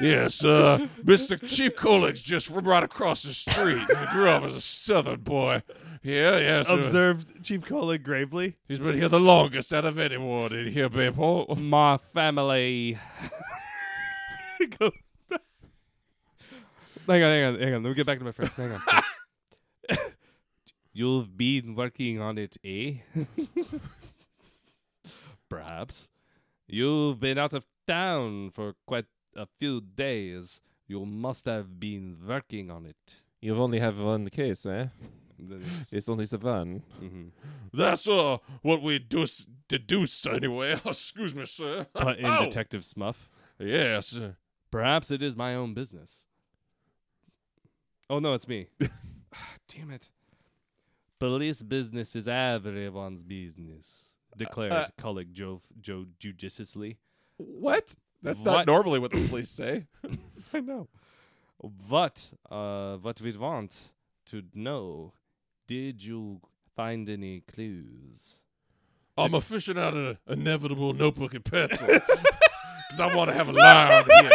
Speaker 2: Yes, uh, Mr. Chief Colleague's just from right across the street. He grew up as a southern boy. Yeah, yes. uh,
Speaker 1: observed Chief Colin gravely.
Speaker 2: He's been here the longest out of anyone in here, Oh, Bayport.
Speaker 1: my family. Goes back. hang on, hang on, hang on. Let me get back to my friend. Hang on. You've been working on it, eh? Perhaps. You've been out of town for quite a few days. You must have been working on it.
Speaker 4: You've only have one case, eh?
Speaker 2: That's-
Speaker 4: It's only the one.
Speaker 1: mm-hmm.
Speaker 2: mhm.
Speaker 4: That's uh, what we dus- deduce anyway. Excuse me, sir. Oh,
Speaker 1: Put in
Speaker 4: Ow.
Speaker 1: Detective Smuff.
Speaker 4: Yes.
Speaker 1: Perhaps it is my own business. Oh no, it's me.
Speaker 2: Damn it.
Speaker 1: Ah, Police business is everyone's business, declared
Speaker 4: uh,
Speaker 1: colleague Joe, Joe judiciously.
Speaker 4: What? That's
Speaker 1: What?
Speaker 4: not normally what the police say.
Speaker 1: I know. But uh, what we want to know, did you find any clues?
Speaker 4: I'm a fishing out an inevitable notebook and pencil because I want to have a line here.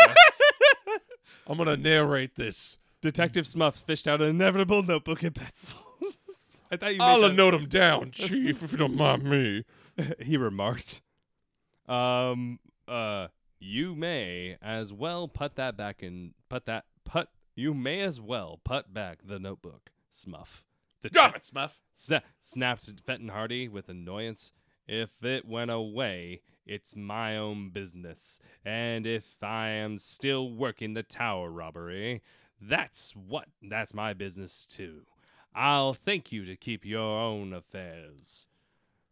Speaker 4: I'm gonna narrate this.
Speaker 1: Detective Smuff fished out an inevitable notebook and pencil. I thought you
Speaker 4: I'll
Speaker 1: made that-
Speaker 4: note them down, Chief, if you don't mind me.
Speaker 1: he remarked. Um uh you may as well put that back in put that put you may as well put back the notebook, Smuff. The
Speaker 4: Drop it, Smuff.
Speaker 1: Sna- snapped Fenton Hardy with annoyance. If it went away, it's my own business. And if I am still working the tower robbery, that's what that's my business too. I'll thank you to keep your own affairs.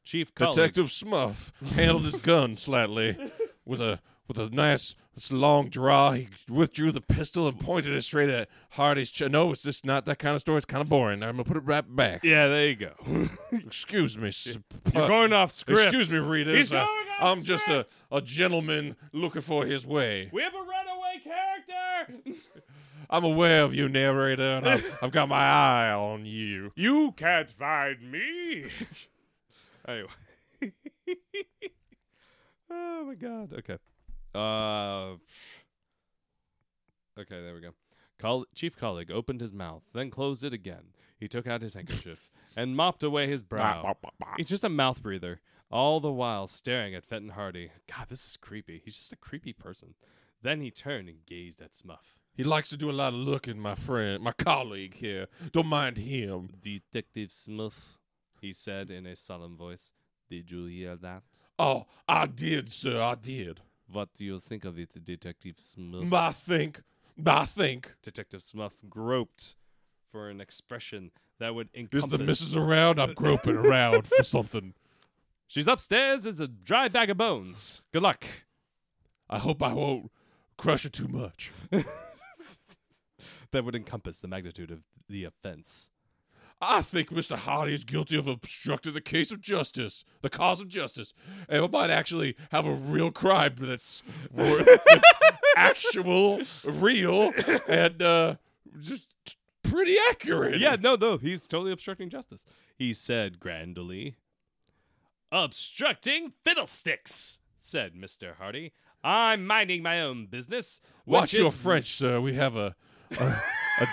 Speaker 1: Chief Cullen,
Speaker 4: Detective Smuff handled his gun slightly with a with a nice s- long draw. He withdrew the pistol and pointed it straight at Hardy's chest. No, it's just not that kind of story. It's kind of boring. I'm gonna put it right back.
Speaker 1: Yeah, there you go.
Speaker 4: Excuse me. s-
Speaker 1: You're
Speaker 4: pu-
Speaker 1: going off script.
Speaker 4: Excuse me, readers.
Speaker 1: He's
Speaker 4: I-
Speaker 1: going off
Speaker 4: I'm just a,
Speaker 1: script.
Speaker 4: a gentleman looking for his way.
Speaker 1: We have a runaway character.
Speaker 4: I'm aware of you, narrator, and I've, I've got my eye on you.
Speaker 1: You can't find me. anyway. oh my god. Okay. Uh Okay, there we go. Col- Chief colleague opened his mouth, then closed it again. He took out his handkerchief and mopped away his brow. He's just a mouth breather, all the while staring at Fenton Hardy. God, this is creepy. He's just a creepy person. Then he turned and gazed at Smuff.
Speaker 4: He likes to do a lot of looking, my friend, my colleague here. Don't mind him.
Speaker 1: Detective Smith, he said in a solemn voice. Did you hear that?
Speaker 4: Oh, I did, sir, I did.
Speaker 1: What do you think of it, Detective Smith?
Speaker 4: I think, I think.
Speaker 1: Detective Smith groped for an expression that would encompass.
Speaker 4: Is the missus around? I'm groping around for something.
Speaker 1: She's upstairs is a dry bag of bones. Good luck.
Speaker 4: I hope I won't crush it too much.
Speaker 1: That would encompass the magnitude of the offense.
Speaker 4: I think Mr. Hardy is guilty of obstructing the case of justice, the cause of justice, and we might actually have a real crime that's, worth- that's actual, real, and uh, just pretty accurate.
Speaker 1: Yeah, no, no, he's totally obstructing justice. He said grandly. Obstructing fiddlesticks, said Mr. Hardy. I'm minding my own business. which
Speaker 4: watch your
Speaker 1: is-
Speaker 4: French, sir. We have a, a, a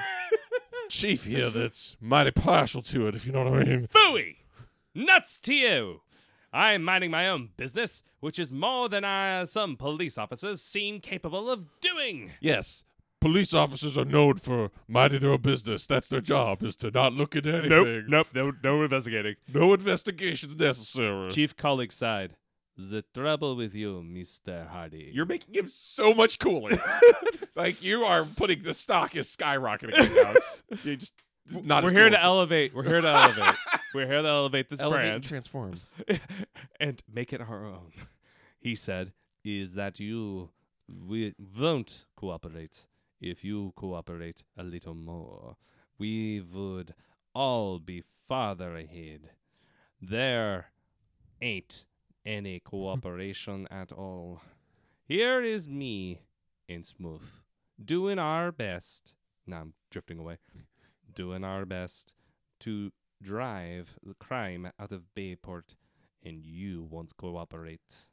Speaker 4: chief here that's mighty partial to it, if you know what I mean.
Speaker 1: Fooey! Nuts to you! I am minding my own business, which is more than I, some police officers seem capable of doing.
Speaker 4: Yes. Police officers are known for minding their own business. That's their job, is to not look at anything.
Speaker 1: nope, no, no investigating.
Speaker 4: No investigations necessary.
Speaker 1: Chief colleague sighed. The trouble with you, Mr. Hardy.
Speaker 4: You're making him so much cooler. like you are putting the stock is skyrocketing right now. It's, you just it's not.
Speaker 1: We're
Speaker 4: as
Speaker 1: here
Speaker 4: cool
Speaker 1: to
Speaker 4: as-
Speaker 1: elevate. We're here to elevate. We're here to elevate this
Speaker 4: elevate and
Speaker 1: brand.
Speaker 4: transform.
Speaker 1: and make it our own. He said, Is that you we won't cooperate. If you cooperate a little more, we would all be farther ahead. There ain't any cooperation at all. Here is me and Smooth doing our best. Now I'm drifting away. Doing our best to drive the crime out of Bayport and you won't cooperate.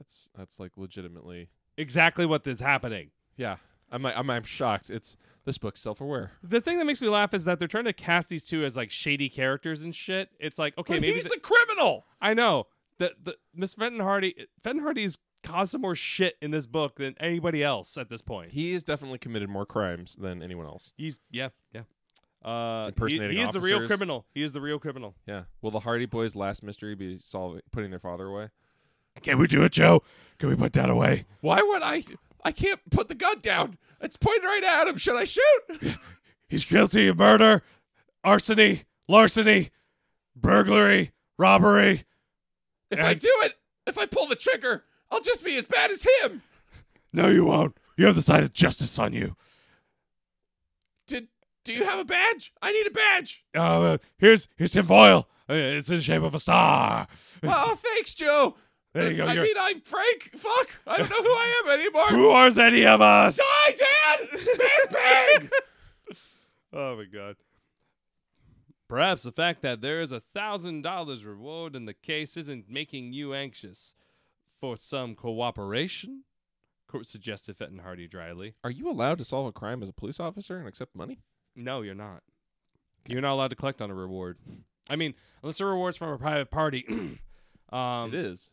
Speaker 4: That's that's like legitimately.
Speaker 1: Exactly what is happening.
Speaker 4: Yeah, I'm like, I'm I'm shocked. It's this book's self aware.
Speaker 1: The thing that makes me laugh is that they're trying to cast these two as like shady characters and shit. It's like okay, maybe th-
Speaker 4: criminal.
Speaker 1: I know that the Miss Fenton Hardy, Fenton Hardy's caused some more shit in this book than anybody else at this point.
Speaker 4: He has definitely committed more crimes than anyone else.
Speaker 1: He's yeah yeah. Uh,
Speaker 4: Impersonating
Speaker 1: he, he is the real
Speaker 4: officers.
Speaker 1: criminal. He is the real criminal.
Speaker 4: Yeah. Will the Hardy Boys' last mystery be solving putting their father away?
Speaker 2: Can we do it, Joe? Can we put that away?
Speaker 4: Why would I? I can't put the gun down. It's pointed right at him. Should I shoot? He's guilty of murder, arsony, larceny, burglary, robbery.
Speaker 2: If I do it, if I pull the trigger, I'll just be as bad as him.
Speaker 4: No, you won't. You have the side of justice on you.
Speaker 2: Did do you have a badge? I need a badge.
Speaker 4: Uh, here's here's tin foil. Uh, It's in the shape of a star.
Speaker 2: Oh, thanks, Joe.
Speaker 4: There you go.
Speaker 2: I
Speaker 4: You're-
Speaker 2: mean, I'm Frank. Fuck. I don't know who I am anymore.
Speaker 4: who are any of us?
Speaker 2: Hi, Dad. Big bang.
Speaker 1: Oh my god. Perhaps the fact that there is a thousand dollars reward in the case isn't making you anxious for some cooperation? Co- suggested Fenton Hardy dryly.
Speaker 2: Are you allowed to solve a crime as a police officer and accept money?
Speaker 1: No, you're not. You're not allowed to collect on a reward. I mean, unless the reward's from a private party, um,
Speaker 2: it is.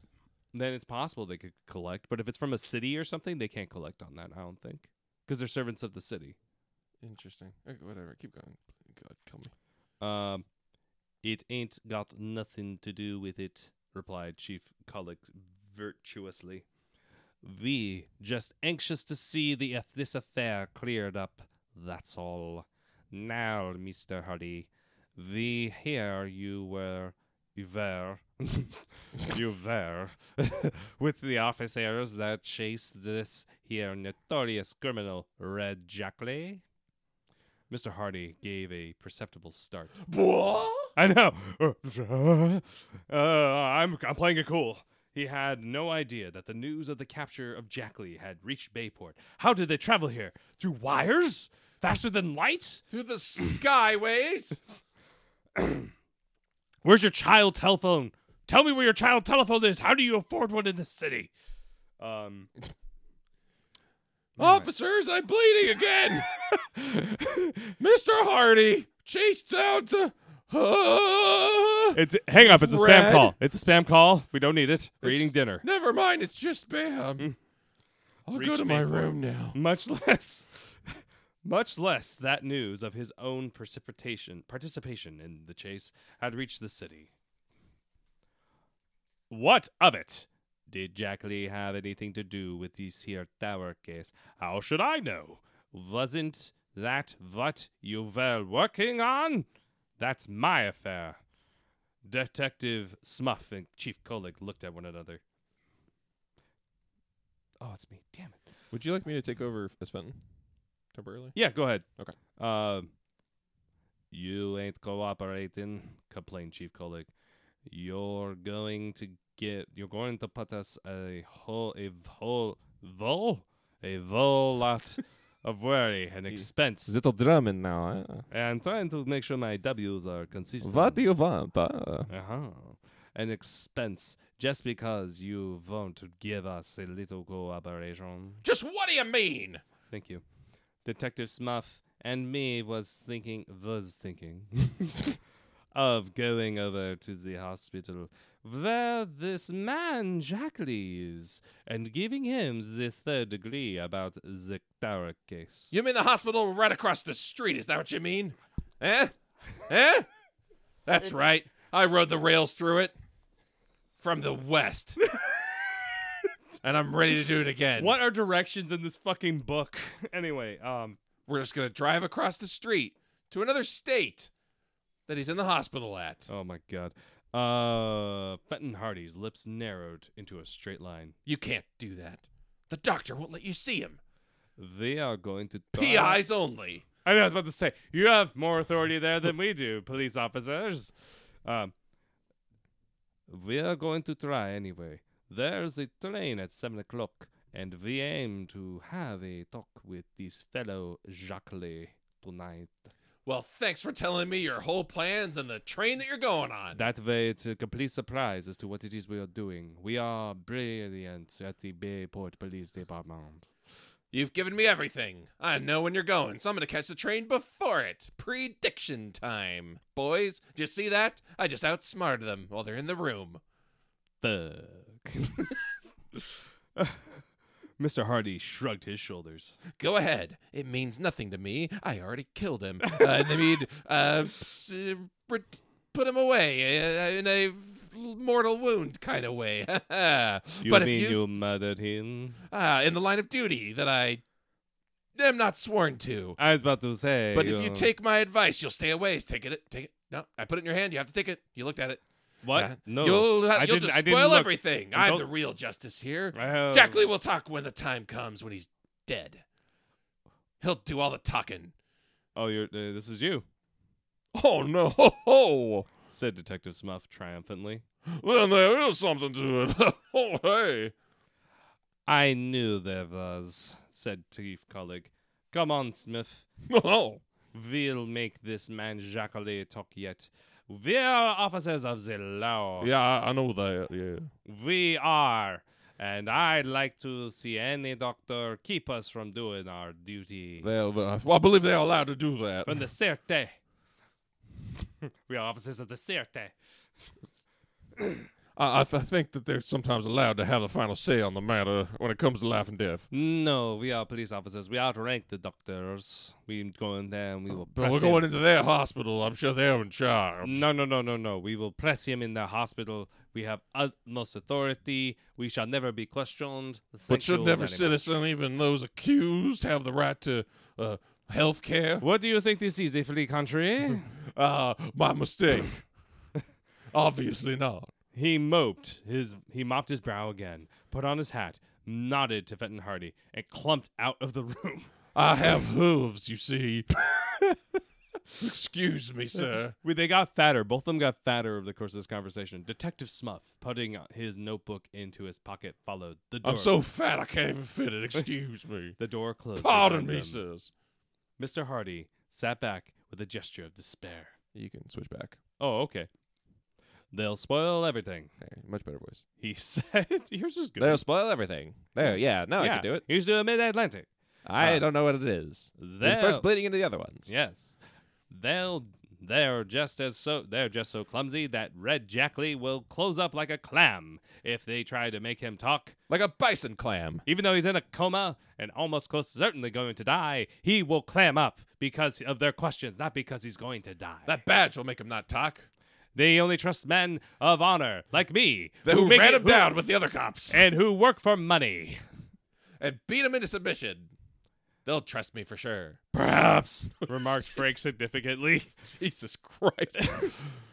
Speaker 1: then it's possible they could collect. But if it's from a city or something, they can't collect on that. I don't think because they're servants of the city.
Speaker 2: Interesting. Okay, whatever. Keep going. God, kill me.
Speaker 1: Um, it ain't got nothing to do with it, replied Chief Colic virtuously. We just anxious to see the if this affair cleared up. That's all. Now, Mister Hardy, we hear you were you were you were with the officers that chased this here notorious criminal, Red Jackley. Mister Hardy gave a perceptible start. I know. Uh, I'm I'm playing it cool. He had no idea that the news of the capture of Jackley had reached Bayport. How did they travel here? Through wires? Faster than light?
Speaker 2: Through the skyways.
Speaker 1: Where's your child telephone? Tell me where your child telephone is. How do you afford one in this city? Um,
Speaker 2: Officers, I'm bleeding again. Mr. Hardy chased down to. Ah.
Speaker 1: it's hang up. It's a spam
Speaker 2: Red?
Speaker 1: call. It's a spam call. We don't need it. We're
Speaker 2: It's-
Speaker 1: eating dinner.
Speaker 2: Never mind, it's just spam. I'll go
Speaker 1: Reach
Speaker 2: to my
Speaker 1: Mayport.
Speaker 2: room now.
Speaker 1: much less much less that news of his own precipitation participation in the chase had reached the city what of it did jack lee have anything to do with this here tower case how should i know wasn't that what you were working on that's my affair detective smuff and chief Kolig looked at one another oh it's me damn it
Speaker 2: Would you like me to take over as Fenton temporarily?
Speaker 1: Yeah, go ahead.
Speaker 2: Okay.
Speaker 1: Um, you ain't cooperating, complained Chief Kolik. You're going to get. You're going to put us a whole a whole vol a whole lot of worry and expense.
Speaker 2: Little drumming
Speaker 4: uh,
Speaker 2: now. eh?
Speaker 1: And I'm trying to make sure my W's are consistent.
Speaker 2: you want? Uh,
Speaker 1: Uh huh. An expense just because you won't give us a little cooperation.
Speaker 2: Just what do you mean?
Speaker 1: Thank you. Detective Smuff and me was thinking was thinking of going over to the hospital where this man Jackley is and giving him the third degree about the Tower case.
Speaker 2: You mean the hospital right across the street? Is that what you mean? Eh? Eh? That's right. I rode the rails through it from the west. and I'm ready to do it again.
Speaker 1: What are directions in this fucking book? anyway, um
Speaker 2: We're just going to drive across the street to another state that he's in the hospital at.
Speaker 1: oh my god. Uh Fenton Hardy's lips narrowed into a straight line.
Speaker 2: You can't do that. The doctor won't let you see him.
Speaker 1: They are going to
Speaker 2: PIs only.
Speaker 1: I know, I was about to say, you have more authority there than we do, police officers. Um, we are going to try anyway. There's a train at 7 o'clock, and we aim to have a talk with this fellow Jacqueline tonight.
Speaker 2: Well, thanks for telling me your whole plans and the train that you're going on.
Speaker 1: That way, it's a complete surprise as to what it is we are doing. We are brilliant at the Bayport Police Department.
Speaker 2: You've given me everything. I know when you're going, so I'm going to catch the train before it. Prediction time. Boys, do you see that? I just outsmarted them while they're in the room.
Speaker 1: Fuck. Mr. Hardy shrugged his shoulders.
Speaker 2: Go ahead. It means nothing to me. I already killed him. uh, and I mean, uh, s- uh, ret- put him away uh, in a mortal wound kind of way. but
Speaker 1: You
Speaker 2: if
Speaker 1: mean
Speaker 2: you, uh,
Speaker 1: you murdered him?
Speaker 2: Ah, in the line of duty that I am not sworn to.
Speaker 1: I was about to say.
Speaker 2: But if you
Speaker 1: uh,
Speaker 2: take my advice, you'll stay away. Take it. Take it. No, I put it in your hand. You have to take it. You looked at it.
Speaker 1: what?
Speaker 2: Yeah.
Speaker 1: Uh, No,
Speaker 2: You'll,
Speaker 1: Oh, I
Speaker 2: you'll
Speaker 1: didn't-
Speaker 2: just
Speaker 1: I didn't
Speaker 2: spoil
Speaker 1: look. Oh.
Speaker 2: everything.
Speaker 1: You
Speaker 2: I'm
Speaker 1: don't-
Speaker 2: the real justice here.
Speaker 1: Well,
Speaker 2: Jack Lee will talk when the time comes when he's dead. He'll do all the talking.
Speaker 1: Oh, you're. Uh, this is you,"
Speaker 2: Oh no!
Speaker 1: said Detective Smuff triumphantly.
Speaker 2: Then there is something to it. oh hey!
Speaker 1: "I knew there was," said Chief Colleague. "Come on, Smith. Oh.
Speaker 2: No.
Speaker 1: We'll make this man Jack Lee talk yet. We're officers of the law.
Speaker 2: Yeah, I, I know that. Yeah.
Speaker 1: We are." And I'd like to see any doctor keep us from doing our duty.
Speaker 2: They're, well, uh, I believe they're allowed to do that.
Speaker 1: From the Certe. we are officers of the Certe.
Speaker 2: I, I, th- I think that they're sometimes allowed to have the final say on the matter when it comes to life and death.
Speaker 1: No, we are police officers. We outrank the doctors. We go in there and we will
Speaker 2: But
Speaker 1: press
Speaker 2: we're
Speaker 1: him.
Speaker 2: going into their hospital. I'm sure they're in charge.
Speaker 1: no, no, no, no, no. We will press him in the hospital. We have utmost authority. We shall never be questioned.
Speaker 2: but
Speaker 1: Thank
Speaker 2: should
Speaker 1: you
Speaker 2: never
Speaker 1: very
Speaker 2: citizen, even those accused, have the right to uh, health care?
Speaker 1: much. What do you think this is, a free country?
Speaker 2: Ah, my mistake. Obviously not.
Speaker 1: he moped his he mopped his brow again, put on his hat, nodded to Fenton Hardy, and clumped out of the room.
Speaker 2: I have hooves, you see. Excuse me, sir.
Speaker 1: We, they got fatter. Both of them got fatter over the course of this conversation. Detective Smuff, putting his notebook into his pocket, followed the door.
Speaker 2: I'm so fat I can't even fit it. Excuse me.
Speaker 1: the door closed.
Speaker 2: Pardon
Speaker 1: behind
Speaker 2: me,
Speaker 1: them.
Speaker 2: sirs.
Speaker 1: Mr. Hardy sat back with a gesture of despair.
Speaker 2: You can switch back.
Speaker 1: Oh, okay. They'll spoil everything,
Speaker 2: There, much better voice.
Speaker 1: he said. Yours is good.
Speaker 2: They'll spoil everything. There, yeah. Now
Speaker 1: yeah,
Speaker 2: I can do it.
Speaker 1: Here's to Mid Atlantic.
Speaker 2: I don't know what it is. It starts
Speaker 1: They'll-
Speaker 2: bleeding into the other ones.
Speaker 1: Yes. They'll they're just as so they're just so clumsy that Red Jack Lee will close up like a clam if they try to make him talk.
Speaker 2: Like a bison clam.
Speaker 1: Even though he's in a coma and almost close to certainly going to die, he will clam up because of their questions, not because he's going to die.
Speaker 2: That badge will make him not talk.
Speaker 1: they only trust men of honor like me,
Speaker 2: They who
Speaker 1: make
Speaker 2: ran
Speaker 1: it-
Speaker 2: him down with the other cops
Speaker 1: and who work for money.
Speaker 2: and beat him into submission. They'll trust me for sure.
Speaker 4: Perhaps.
Speaker 1: Remarked Frank significantly.
Speaker 2: Jesus Christ.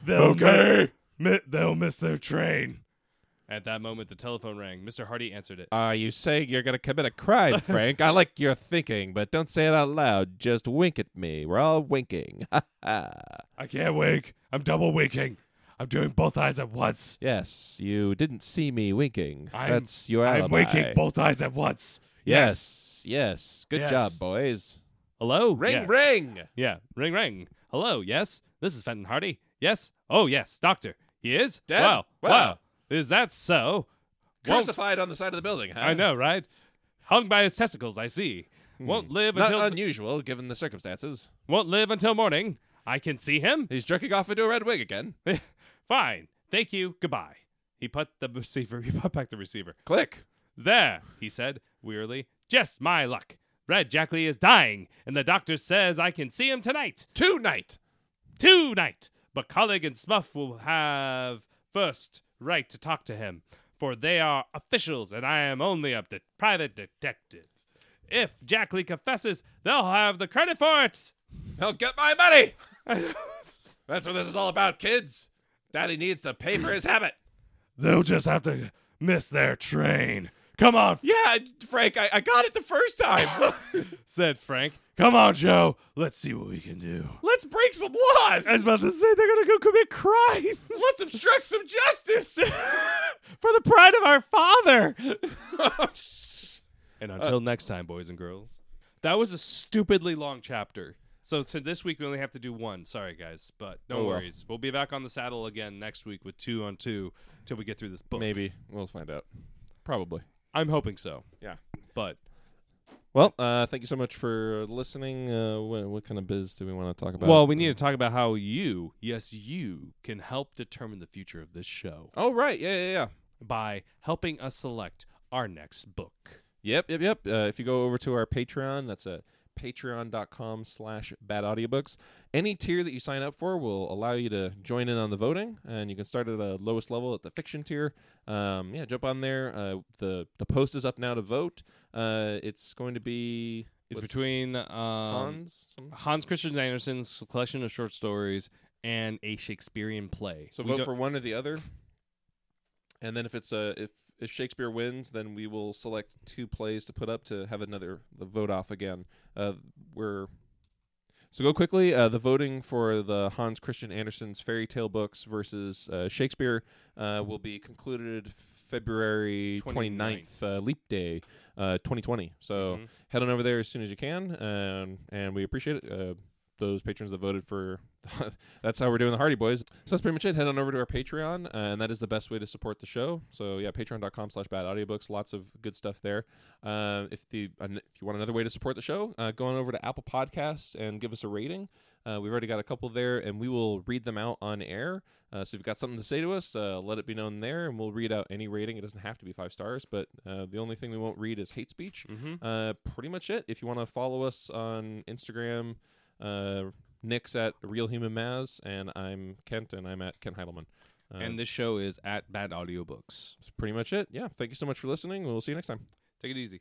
Speaker 4: They'll okay. Mi- they'll miss their train.
Speaker 1: At that moment, the telephone rang. Mr. Hardy answered it.
Speaker 2: Are Uh, you saying you're going to commit a crime, Frank? I like your thinking, but don't say it out loud. Just wink at me. We're all winking.
Speaker 4: I can't wake. I'm double waking. I'm doing both eyes at once.
Speaker 2: yes, you didn't see me winking.
Speaker 4: I'm-
Speaker 2: That's your alibi.
Speaker 4: I'm waking both eyes at once.
Speaker 2: Yes, yes. Good
Speaker 4: Yes.
Speaker 2: job, boys.
Speaker 1: Hello?
Speaker 2: Ring,
Speaker 1: Yeah.
Speaker 2: ring.
Speaker 1: Yeah, ring, ring. Hello, yes? This is Fenton Hardy? Yes? Oh, yes, doctor. He is?
Speaker 2: Dead?
Speaker 1: Wow.
Speaker 2: Wow.
Speaker 1: Wow. Is that so? Won't-
Speaker 2: Crucified on the side of the building, huh?
Speaker 1: I know, right? Hung by his testicles, I see. Won't live
Speaker 2: Hmm. Not
Speaker 1: until
Speaker 2: unusual given the circumstances.
Speaker 1: won't live until morning. I can see him.
Speaker 2: He's jerking off into a red wig again.
Speaker 1: Fine. Thank you. Goodbye. He put the receiver. He put back the receiver.
Speaker 2: Click.
Speaker 1: There, he said wearily. Just my luck. Red Jackley is dying, and the doctor says I can see him tonight.
Speaker 2: Tonight.
Speaker 1: tonight. But Colleague and Smuff will have first right to talk to him, for they are officials and I am only a de- private detective. If Jackley confesses, they'll have the credit for it.
Speaker 2: I'll get my money. That's what this is all about, kids. Daddy needs to pay for his habit.
Speaker 4: They'll just have to miss their train. Come on, f-
Speaker 2: Yeah, Frank, I, I got it the first time.
Speaker 1: Said Frank.
Speaker 4: come on, Joe. Let's see what we can do.
Speaker 2: Let's break some laws.
Speaker 4: I was about to say they're gonna go commit crime
Speaker 2: Let's obstruct some justice.
Speaker 4: for the pride of our father.
Speaker 1: And until next time, boys and girls. That was a stupidly long chapter. So, so this week we only have to do one. Sorry, guys, but no
Speaker 2: Oh, well.
Speaker 1: worries. We'll be back on the saddle again next week with two on two till we get through this book.
Speaker 2: Maybe. We'll find out. Probably.
Speaker 1: I'm hoping so,
Speaker 2: Yeah.
Speaker 1: but
Speaker 2: Well, uh, thank you so much for listening. Uh, what, what kind of biz do we want to talk about?
Speaker 1: Well, we need to talk about how you, yes, you, can help determine the future of this show
Speaker 2: Oh, right. Yeah, yeah, yeah.
Speaker 1: by helping us select our next book.
Speaker 2: Yep, yep, yep. Uh, if you go over to our Patreon, that's a patreon.com slash bad audiobooks. Any tier that you sign up for will allow you to join in on the voting, and you can start at a lowest level at the fiction tier. Um, yeah, jump on there. Uh, the the post is up now to vote. Uh, it's going to be
Speaker 1: It's
Speaker 2: What's-
Speaker 1: between um, Hans?
Speaker 2: Hans. something?
Speaker 1: Christian Andersen's collection of short stories and a Shakespearean play.
Speaker 2: So
Speaker 1: We
Speaker 2: vote
Speaker 1: don't-
Speaker 2: for one or the other. And then if it's uh, if if Shakespeare wins, then we will select two plays to put up to have another the vote off again. Uh, we're so go quickly. Uh, the voting for the Hans Christian Andersen's fairy tale books versus uh, Shakespeare uh, will be concluded February 29th,
Speaker 1: 29th.
Speaker 2: uh, Leap Day, uh, 2020. So
Speaker 1: Mhm.
Speaker 2: head on over there as soon as you can, um, and we appreciate it. Uh, those patrons that voted for that's how we're doing the Hardy Boys. So that's pretty much it. Head on over to our Patreon, uh, and that is the best way to support the show. So yeah, patreon.com slash bad audiobooks. Lots of good stuff there. Um, if the an if you want another way to support the show, uh, go on over to Apple Podcasts and give us a rating. Uh, we've already got a couple there, and we will read them out on air. Uh, so if you've got something to say to us, uh, let it be known there, and we'll read out any rating. It doesn't have to be five stars, but uh, the only thing we won't read is hate speech. Uh, pretty much it. If you want to follow us on Instagram, uh, Nick's at Real Human Maz, and I'm Kent, and I'm at Ken Heidelman. Uh,
Speaker 1: And this show is at Bad Audiobooks.
Speaker 2: that's pretty much it. Yeah. Thank you so much for listening. We'll see you next time.
Speaker 1: Take it easy.